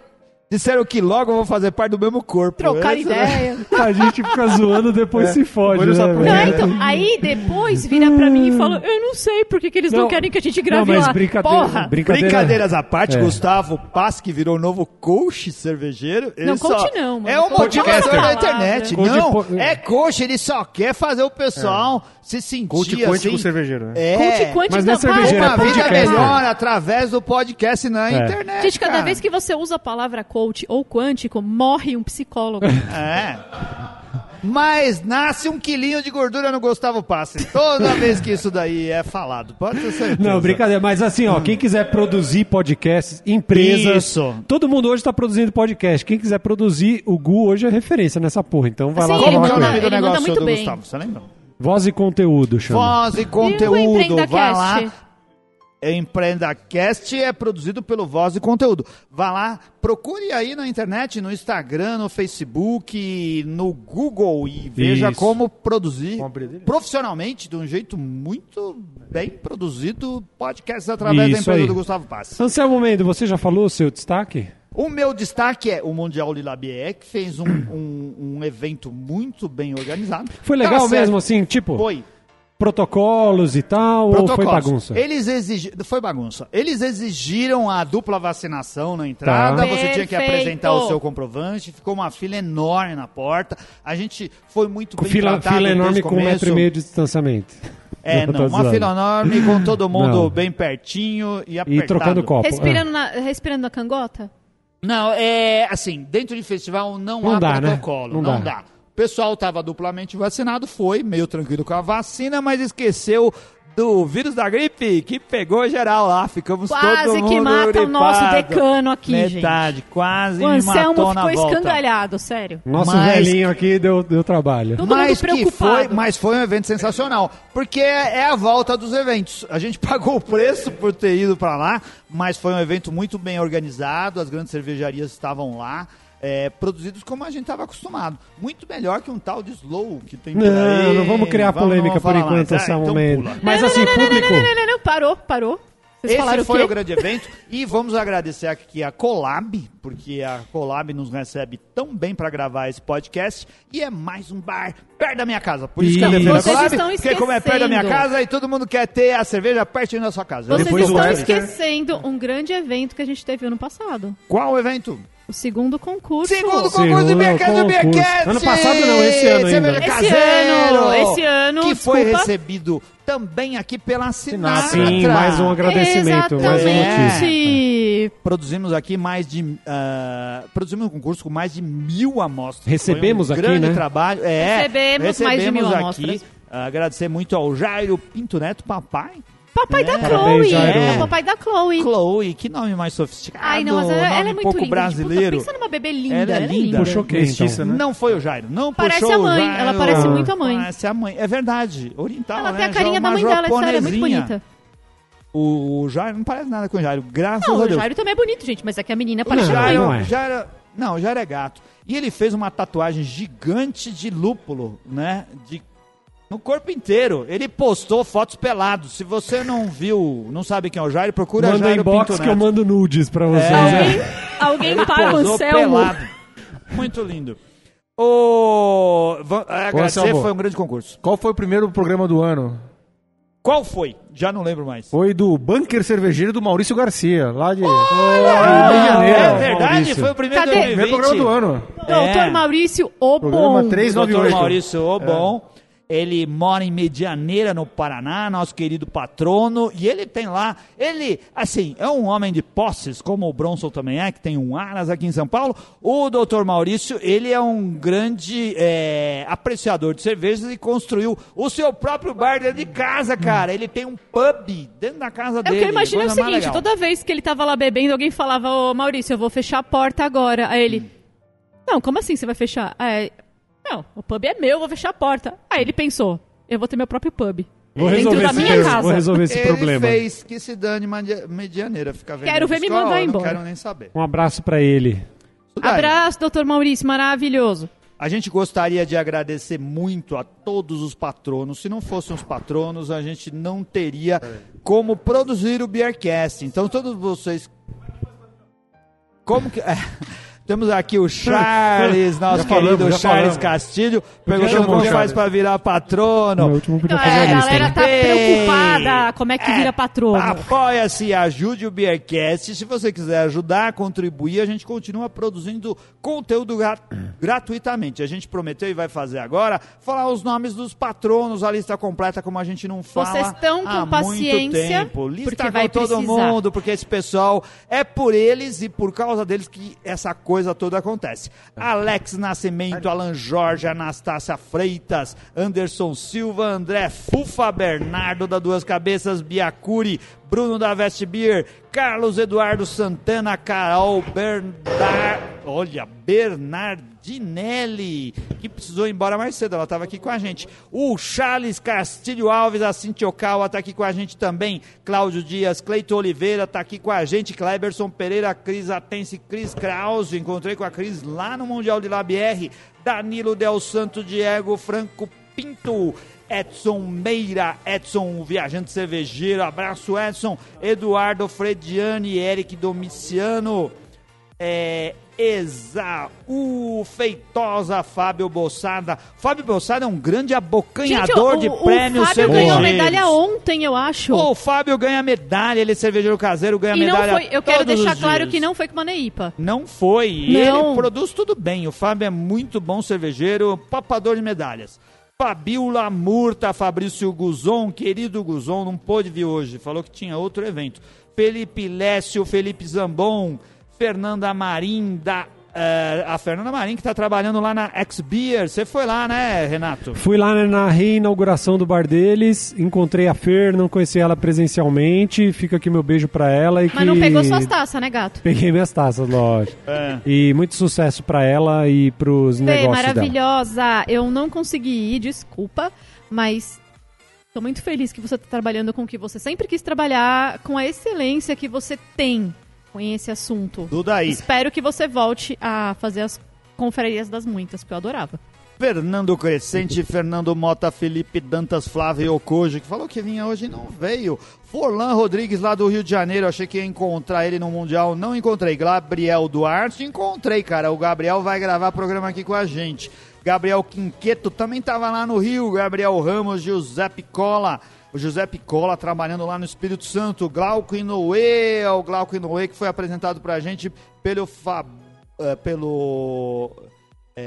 S2: disseram que logo eu vou fazer parte do mesmo corpo. é
S3: Trocar
S2: Essa-
S3: ideia.
S2: *laughs*
S1: A gente fica zoando,
S2: É.
S1: depois se fode.
S4: Depois eu
S1: né,
S4: só-
S1: velho?
S3: Não, então, aí depois vira pra
S2: Hum.
S3: mim e fala: Eu não sei por que, que eles não,
S1: Não,
S3: querem que a gente grave
S1: não, mas
S3: lá.
S1: brincadeira-
S3: Porra!
S1: brincadeira-
S2: Brincadeiras à parte,
S1: É.
S2: Gustavo Paz, que virou novo coach cervejeiro. ele
S3: Não,
S2: só-
S3: coach não, mano.
S2: É um
S3: Coach é uma
S2: motivador da
S3: palavra.
S2: internet.
S1: Coach
S2: não,
S1: po- É.
S2: é coach, ele só quer fazer o pessoal se sentir
S4: Coach
S2: assim.
S4: quântico cervejeiro, né?
S2: É.
S3: Coach quântico
S1: Mas não é
S3: vai,
S1: cervejeira,
S2: Uma
S1: é
S3: vai,
S2: vida
S1: podcast.
S3: vai.
S2: melhor através do podcast e na
S1: É.
S2: internet.
S3: Gente, cada
S2: cara.
S3: vez que você usa a palavra coach ou quântico, morre um psicólogo.
S2: É. Mas nasce um quilinho de gordura no Gustavo Passe.
S1: *laughs*
S2: Toda vez que isso daí é falado. Pode ter certeza.
S1: Não, brincadeira, mas assim, ó, quem quiser produzir podcasts, empresas.
S2: Isso.
S1: Todo mundo hoje tá produzindo podcast. Quem quiser produzir, o Gu hoje é referência nessa porra. Então vai
S3: Assim,
S1: lá
S2: Qual
S3: ele
S2: é o
S1: falar com
S3: manda-
S1: ele.
S2: nome do
S3: ele manda
S2: negócio
S3: muito
S2: do
S3: bem.
S2: Gustavo? Você lembra?
S1: Voz e conteúdo, chama.
S2: Voz e
S3: E
S2: *laughs*
S3: o
S2: conteúdo. Vai lá.
S3: Empreendacast?
S2: Empreendacast é produzido pelo Voz e Conteúdo. Vá lá, procure aí na internet, no Instagram, no Facebook, no Google e veja
S1: Isso.
S2: como produzir
S4: Vamos abrir dele?
S2: profissionalmente, de um jeito muito bem produzido, podcasts através da
S1: Isso
S2: empresa
S1: aí.
S2: do Gustavo Pass.
S1: Anselmo Mendo, você já falou o seu destaque?
S2: O meu destaque é o Mundial Lilabier, que fez um, um- um evento muito bem organizado.
S1: Foi
S2: Tá
S1: legal
S2: certo.
S1: mesmo, assim, tipo,
S2: Foi.
S1: protocolos e tal, ou foi bagunça?
S2: Eles exigiram. Foi bagunça. Eles exigiram a dupla vacinação na entrada.
S1: Tá.
S2: Você tinha que
S3: Perfeito.
S2: apresentar o seu comprovante. Ficou uma fila enorme na porta. A gente foi muito bem
S1: Fila,
S2: tratado
S1: fila
S2: desde
S1: enorme
S2: o
S1: com um
S2: começo.
S1: metro e meio de distanciamento.
S2: É,
S1: Tô
S2: não. Uma
S1: zoando.
S2: fila enorme com todo mundo
S1: Não.
S2: bem pertinho e
S1: E
S2: apertado.
S1: trocando copo.
S2: é.
S3: Respirando, na, respirando na cangota?
S2: Não, é assim, dentro de festival não,
S1: Não
S2: há
S1: dá, né?
S2: protocolo,
S1: Não
S2: não,
S1: dá.
S2: dá. pessoal estava duplamente vacinado, foi meio tranquilo com a vacina, mas esqueceu do vírus da gripe que pegou geral lá. Ficamos todo
S3: Quase
S2: mundo
S3: que mata o nosso
S2: gripado.
S3: decano aqui,
S2: Metade, quase
S3: gente. O
S2: me
S3: Anselmo
S2: matou na
S3: ficou
S2: volta.
S3: escangalhado, sério.
S1: Ah. Nosso
S2: Mas-
S1: velhinho aqui deu, deu trabalho.
S3: Todo mundo
S2: que
S3: preocupado.
S2: foi, mas foi um evento sensacional, porque é a volta dos eventos. A gente *laughs* pagou o preço por ter ido para lá, mas foi um evento muito bem organizado, as grandes cervejarias estavam lá, é, produzidos como a gente estava acostumado. Muito melhor que um tal de slow que tem por
S1: Não,
S2: aí.
S1: não vamos criar
S2: Vamos-
S1: polêmica
S2: vamos
S1: por
S2: falar
S1: enquanto,
S2: mais. Ah,
S1: esse
S2: então
S1: momento.
S2: pula.
S1: Mas assim,
S3: Não, não, não,
S1: público.
S3: Não, não, não, não, parou, parou. Vocês falaram
S2: Esse
S3: o
S2: foi
S3: quê?
S2: o grande evento. E vamos agradecer aqui a Colab, porque a Colab nos recebe tão bem para gravar esse podcast. E é mais um bar perto da minha casa. Por isso que é
S1: E
S2: defendo a
S3: vocês
S2: Colab,
S3: estão
S2: porque como é perto da minha
S3: esquecendo.
S2: casa e todo mundo quer ter a cerveja pertinho da sua casa.
S3: Vocês
S5: Depois o
S3: estão
S5: Webster.
S3: esquecendo um grande evento que a gente teve ano passado.
S2: Qual o evento?
S3: O segundo concurso.
S2: Segundo
S1: Segundo
S2: concurso do Beercast do
S1: concurso.
S2: Beercast!
S1: Ano passado não, esse ano ainda.
S2: Cerveja
S3: Esse
S2: caseiro,
S3: ano, esse ano,
S2: Que foi
S3: desculpa.
S2: recebido também aqui pela Sinatra.
S4: Sinatra.
S1: Sim, mais um agradecimento, mais um motivo.
S3: Exatamente.
S2: Produzimos aqui mais de. ah, produzimos um concurso com mais de mil amostras.
S1: Recebemos
S2: Foi um
S1: aqui,
S2: grande
S1: né?
S2: trabalho. É,
S3: Recebemos mais de mil
S2: recebemos
S3: amostras.
S2: Ah, agradecer muito ao Jairo Pinto Neto, papai.
S3: Papai da
S1: Parabéns,
S3: Chloe.
S1: Jairo.
S3: É o papai da Chloe.
S2: Chloe, que nome mais sofisticado.
S3: Ai, não, mas ela,
S2: nome
S3: ela é muito
S2: pouco
S3: linda. gente.
S2: brasileiro.
S3: Puta, pensa numa bebê linda.
S2: Ela
S3: Ela
S2: é
S3: é
S2: linda.
S3: linda.
S1: Puxou quem,
S4: Mestiça,
S1: então?
S4: né?
S2: Não foi o Jairo, não
S3: Parece
S2: puxou
S3: a mãe,
S2: o Jairo.
S3: ela parece muito a mãe.
S2: Parece a mãe, é verdade, oriental,
S3: Ela
S2: né?
S3: tem a
S2: Já
S3: carinha da
S2: uma
S3: mãe dela, é sério, é muito
S2: japonesinha.
S3: bonita.
S2: O Jairo não parece nada com o Jairo, graças
S3: Não,
S2: a
S3: o
S2: Deus.
S3: Jairo também é bonito, gente, mas é que a menina
S1: Não,
S3: parece
S2: Já
S1: Jairo-
S3: muito.
S1: não é.
S2: era, um- já era- não, já era gato. E ele fez uma tatuagem gigante de lúpulo, né? De, no corpo inteiro. Ele postou fotos pelados. Se você não viu, não sabe quem é o Jairo, procura
S1: Manda um
S2: Jairo
S1: inbox
S2: Pinto
S1: que eu
S2: Neto.
S1: mando nudes pra vocês.
S2: É.
S1: né?
S3: Alguém, alguém para o
S2: Posou
S3: Anselmo.
S2: pelado. Muito lindo. O... va- Agradecer,
S4: Anselmo.
S2: foi um grande concurso.
S4: Qual foi o primeiro programa do ano?
S2: Qual foi? Já não lembro mais.
S4: Foi do Bunker Cervejeiro do Maurício Garcia, lá de
S2: Ah,
S4: do Rio de Janeiro.
S2: é verdade,
S4: Maurício.
S2: foi o primeiro
S3: Cadê?
S2: de 2020.
S4: primeiro programa do ano.
S2: É.
S3: Doutor Maurício, o
S4: Programa
S3: bom.
S2: O doutor
S4: 398.
S2: Maurício
S1: É.
S2: Obon. Ele mora em Medianeira, no Paraná, nosso querido patrono, e ele tem lá, ele, assim, é um homem de posses, como o Bronson também é, que tem um Aras aqui em São Paulo. O doutor Maurício, ele é um grande eh, apreciador de cervejas e construiu o seu próprio bar dentro de casa, cara. Ele tem um pub dentro da casa
S3: É o
S2: dele.
S3: que eu imagino é o
S2: coisa mais
S3: seguinte,
S2: legal.
S3: toda vez que ele tava lá bebendo, alguém falava, ô Maurício, eu vou fechar a porta agora. Aí ele, não, como assim você vai fechar? Aí, não, o pub é meu, eu vou fechar a porta. Aí ele pensou, eu vou ter meu próprio pub.
S1: Vou
S3: dentro
S1: resolver
S3: da
S1: esse,
S3: minha
S1: per-
S3: casa.
S1: vou resolver esse
S2: ele
S1: problema.
S2: fez que se dane Madi- Medianeira, fica vendo.
S3: Quero ver me mandar
S2: Não
S3: embora.
S2: quero nem saber.
S1: Um abraço pra ele.
S2: Daí.
S3: Abraço, doutor Maurício, maravilhoso.
S2: A gente gostaria de agradecer muito a todos os patronos. Se não fossem os patronos, a gente não teria como produzir o Beercast. Então, todos vocês. Como que. *laughs* Temos aqui o Charles, nosso
S4: falamos,
S2: querido
S4: *laughs* já
S2: Charles
S4: falamos.
S2: Castilho, perguntando
S4: chamou o
S2: como
S4: Charles?
S2: faz pra virar
S1: Meu
S2: patrono.
S1: último podia fazer
S3: Galera, a
S1: a lista.
S3: galera tá
S2: Ei.
S3: preocupada, como é que vira patrono?
S2: Apoia-se e ajude o Beercast. Se você quiser ajudar, contribuir, a gente continua produzindo conteúdo gra- *clears throat* gratuitamente. A gente prometeu e vai fazer agora falar os nomes dos patronos, a lista completa, como a gente não fala.
S3: Vocês estão com
S2: há muito
S3: paciência,
S2: tempo. Lista
S3: porque
S2: com
S3: vai
S2: todo
S3: precisar.
S2: mundo, porque esse pessoal é por eles e por causa deles que essa coisa toda acontece.
S3: É.
S2: Alex Nascimento, Alan Jorge, Anastácia Freitas, Anderson Silva, André Fufa Bernardo da Duas Cabeças, Biacuri, Bruno da Vest Beer, Carlos Eduardo Santana, Carol Bernard. Olha, Bernardinelli, que precisou ir embora mais cedo, ela estava aqui com a gente. O Charles Castilho Alves, a Cintia Ocawa está aqui com a gente também. Cláudio Dias, Cleito Oliveira está aqui com a gente. Kleberson Pereira, Cris Atense, Cris Krause. Encontrei com a Cris lá no Mundial de Labr. Danilo Del Santo, Diego Franco Pinto. Edson Meira, Edson, o viajante cervejeiro, abraço Edson, Eduardo Frediani, Eric Domiciano, é, Exaú Feitosa, Fábio Bossada. Fábio Bossada é um grande abocanhador
S3: o,
S2: de
S3: o
S2: prêmios
S3: Fábio ganhou
S2: cervejeiros.
S3: medalha ontem, eu acho.
S2: O Fábio ganha medalha, ele é cervejeiro caseiro, ganha
S3: e não
S2: medalha
S3: foi, eu quero
S2: todos
S3: deixar
S2: os
S3: claro
S2: dias.
S3: que não foi com uma Neipa.
S2: Não foi. E
S3: Não.
S2: Ele produz tudo bem. O Fábio é muito bom cervejeiro, papador de medalhas. Fabiola Murta, Fabrício Guzon, querido Guzon, não pôde vir hoje, falou que tinha outro evento. Felipe Lécio, Felipe Zambon, Fernanda Marim, da é, a Fernanda Marim, que está trabalhando lá na X-Beer. Você foi lá, né, Renato?
S1: Fui lá na reinauguração do bar deles, encontrei a Fer, não conheci ela presencialmente, fica aqui meu beijo pra ela e que...
S3: Mas não pegou suas taças, né, gato?
S1: Peguei minhas taças, lógico.
S2: É.
S1: E muito sucesso pra ela e pros
S2: um
S3: Fê,
S1: negócios dela.
S3: maravilhosa. Eu não consegui ir, desculpa, mas tô muito feliz que você tá trabalhando com o que você sempre quis trabalhar, com a excelência que você tem com esse assunto.
S2: Tudo aí.
S3: Espero que você volte a fazer as confrarias das muitas, porque eu adorava.
S2: Fernando Crescente, Fernando Mota, Felipe Dantas, Flávio Ocojo, que falou que vinha hoje e não veio. Forlan Rodrigues, lá do Rio de Janeiro, achei que ia encontrar ele no Mundial, não encontrei. Gabriel Duarte, encontrei, cara. O Gabriel vai gravar programa aqui com a gente. Gabriel Quinqueto também estava lá no Rio. Gabriel Ramos, José Picola. O José Picola trabalhando lá no Espírito Santo. Glauco Inoue, é o Glauco Inoue que foi apresentado pra gente pelo Fab... eh, pelo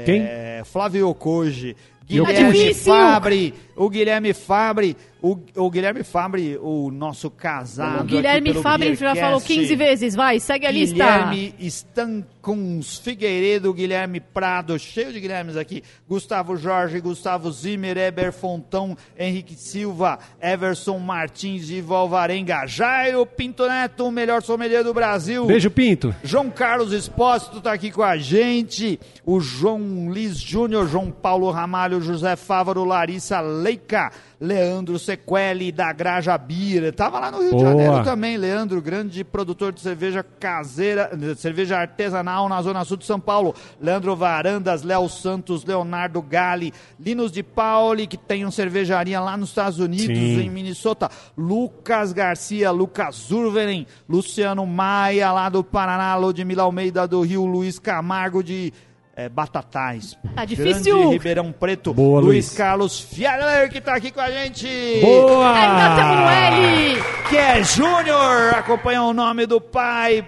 S1: Quem?
S2: é, Flávio Yokoji,
S3: Tá
S2: Guilherme
S3: difícil.
S2: Fabre, o Guilherme Fabre, o, o Guilherme Fabre, o nosso casado.
S3: o Guilherme
S2: aqui pelo
S3: Fabri já
S2: Beercast.
S3: falou 15 vezes, vai, segue a lista.
S2: Guilherme Stancuns, Figueiredo, Guilherme Prado, cheio de Guilhermes aqui. Gustavo Jorge, Gustavo Zimmer, Eber Fontão, Henrique Silva, Everson Martins, Ivo Alvarenga, Jairo Pinto Neto, o melhor sommelier do Brasil.
S1: Beijo, Pinto.
S2: João Carlos Espósito tá aqui com a gente, o João Liz Júnior, João Paulo Ramalho, José Fávaro, Larissa Leica, Leandro Sequelli da Graja Bira, tava lá no Rio de
S1: Boa.
S2: Janeiro também, Leandro, grande produtor de cerveja caseira, de cerveja artesanal na Zona Sul de São Paulo, Leandro Varandas, Léo Santos, Leonardo Gali, Linus de Pauli, que tem uma cervejaria lá nos Estados Unidos,
S1: Sim.
S2: em Minnesota, Lucas Garcia, Lucas Urveren, Luciano Maia, lá do Paraná, Ludmila Almeida do Rio, Luiz Camargo de eh, Batatais.
S3: Tá difícil.
S2: Grande Ribeirão Preto,
S1: Boa,
S2: Luiz
S1: Luiz.
S2: Carlos Fiedler, que tá aqui com a gente.
S1: Boa!
S3: Ainda tamo no L!
S2: Que é Júnior, acompanha o nome do pai.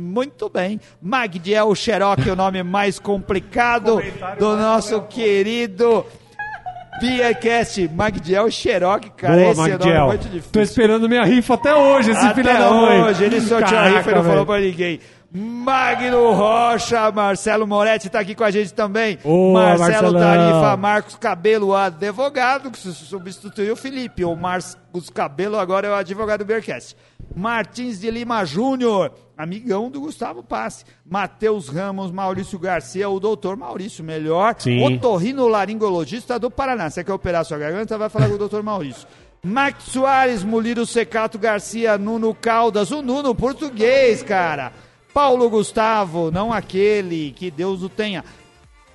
S2: Muito bem. Magdiel Xeroc, o nome mais complicado do nosso querido Biacast. Magdiel Xeroc, cara,
S1: Boa,
S2: esse nome é
S1: Magdiel.
S2: muito
S1: Tô
S2: difícil.
S1: esperando minha rifa até hoje, esse filho
S2: Até
S1: da mãe.
S2: hoje, ele sorteou a
S1: Caraca,
S2: rifa e não falou
S1: velho.
S2: pra ninguém. Magno Rocha, Marcelo Moretti tá aqui com a gente também.
S1: Boa,
S2: Marcelo
S1: Marcelão.
S2: Tarifa, Marcos Cabelo, advogado, que su- substituiu o Felipe. O Marcos Cabelo agora é o advogado do Bearcast. Martins de Lima Júnior, amigão do Gustavo Passe. Matheus Ramos, Maurício Garcia, o doutor Maurício, melhor.
S1: Sim.
S2: Otorrinolaringologista do Paraná. Você quer operar sua garganta? Vai falar com o doutor Maurício. Max Soares, Muliro Secato Garcia, Nuno Caldas, o Nuno português, cara. Paulo Gustavo, não aquele, que Deus o tenha.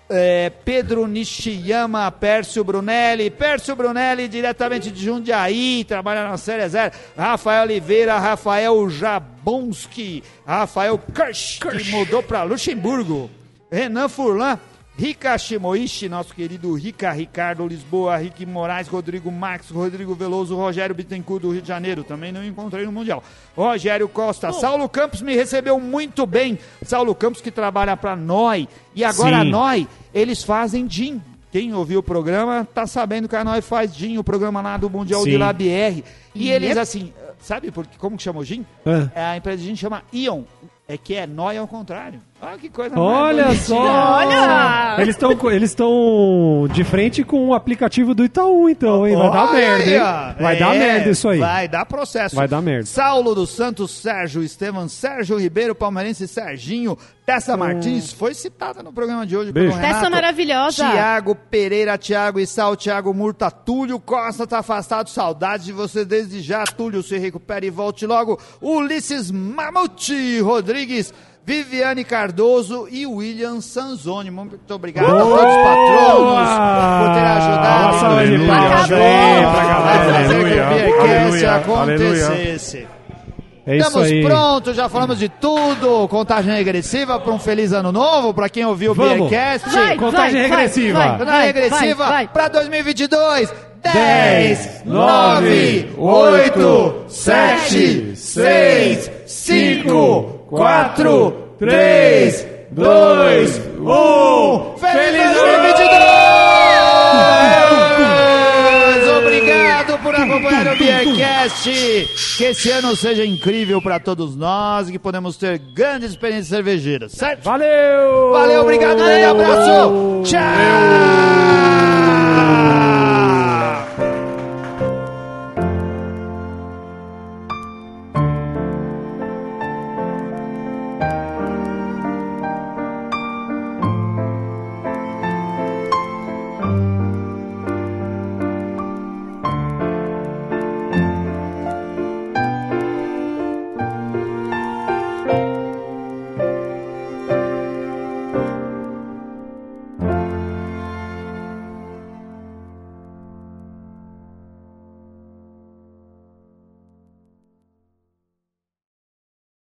S2: É, Pedro Nishiyama, Pércio Brunelli, Pércio Brunelli diretamente de Jundiaí, trabalha na Série Zero, Rafael Oliveira, Rafael Jabonski, Rafael Kirsch, que mudou para Luxemburgo, Renan Furlan, Rica Shimoishi, nosso querido Rica, Ricardo Lisboa, Rick Moraes, Rodrigo Max, Rodrigo Veloso, Rogério Bittencourt do Rio de Janeiro, também não encontrei no Mundial, Rogério Costa, Saulo Campos me recebeu muito bem, Saulo Campos que trabalha para nós, e agora a
S1: Sim.
S2: Noi, eles fazem gin. Quem ouviu o programa tá sabendo que a Noi faz gin, o programa lá do Mundial de
S1: Sim.
S2: Labierre. E eles, assim, sabe por, que- como que chama o gin?
S1: Ah.
S2: É, a empresa de gin chama Ion. É que é Noi ao contrário. Olha que coisa mais
S1: Olha
S2: bonitinha.
S1: só!
S3: Olha!
S1: Eles estão eles tão de frente com o aplicativo do Itaú, então, hein? Vai dar
S2: Olha
S1: merda,
S2: aí,
S1: hein?
S2: ó.
S1: Vai dar
S2: É,
S1: merda isso aí.
S2: Vai dar processo.
S1: Vai dar merda.
S2: Saulo dos Santos, Sérgio Estevam, Sérgio Ribeiro, Palmeirense, Serginho, Tessa Martins, foi citada no programa de hoje
S1: Hum. Beijo.
S2: pelo Renato.
S3: Tessa maravilhosa.
S2: Tiago Pereira, Tiago Isal, Tiago Murta, Túlio Costa tá afastado, saudade de você desde já, Túlio, se recupere e volte logo, Ulisses Mamute Rodrigues, Viviane Cardoso e William Sanzoni, muito obrigado a todos os patronos por terem ajudado.
S1: Uma salva de
S5: Aleluia.
S1: palmas
S3: Acabou.
S1: aí pra
S2: Vai
S1: galera.
S2: fazer
S5: Aleluia,
S2: que o Beercast
S5: aleluia,
S2: acontecesse.
S1: É isso
S2: Estamos
S1: aí.
S2: prontos, já falamos de tudo. Contagem regressiva para um feliz ano novo, para quem ouviu o
S1: Vamos.
S2: Beercast.
S3: Vai,
S1: Contagem
S3: vai,
S1: regressiva.
S3: vai, vai,
S2: Contagem
S3: vai, vai,
S2: é regressiva
S3: vai.
S2: para 2022. 10,
S1: Dez,
S2: 9,
S1: nove,
S2: 8,
S1: oito,
S2: 7,
S1: sete,
S2: 6,
S1: seis,
S2: 5,
S1: cinco,
S2: 4,
S1: quatro,
S2: 3,
S1: três,
S2: 2,
S1: dois,
S2: 1.
S1: um.
S2: Feliz
S1: Feliz
S2: 2022! Obrigado por acompanhar o Beercast. Beercast! Que esse ano seja incrível para todos nós e que podemos ter grandes experiências cervejeiras, certo? um
S1: Valeu!
S2: Valeu, obrigado, grande abraço! Tchau!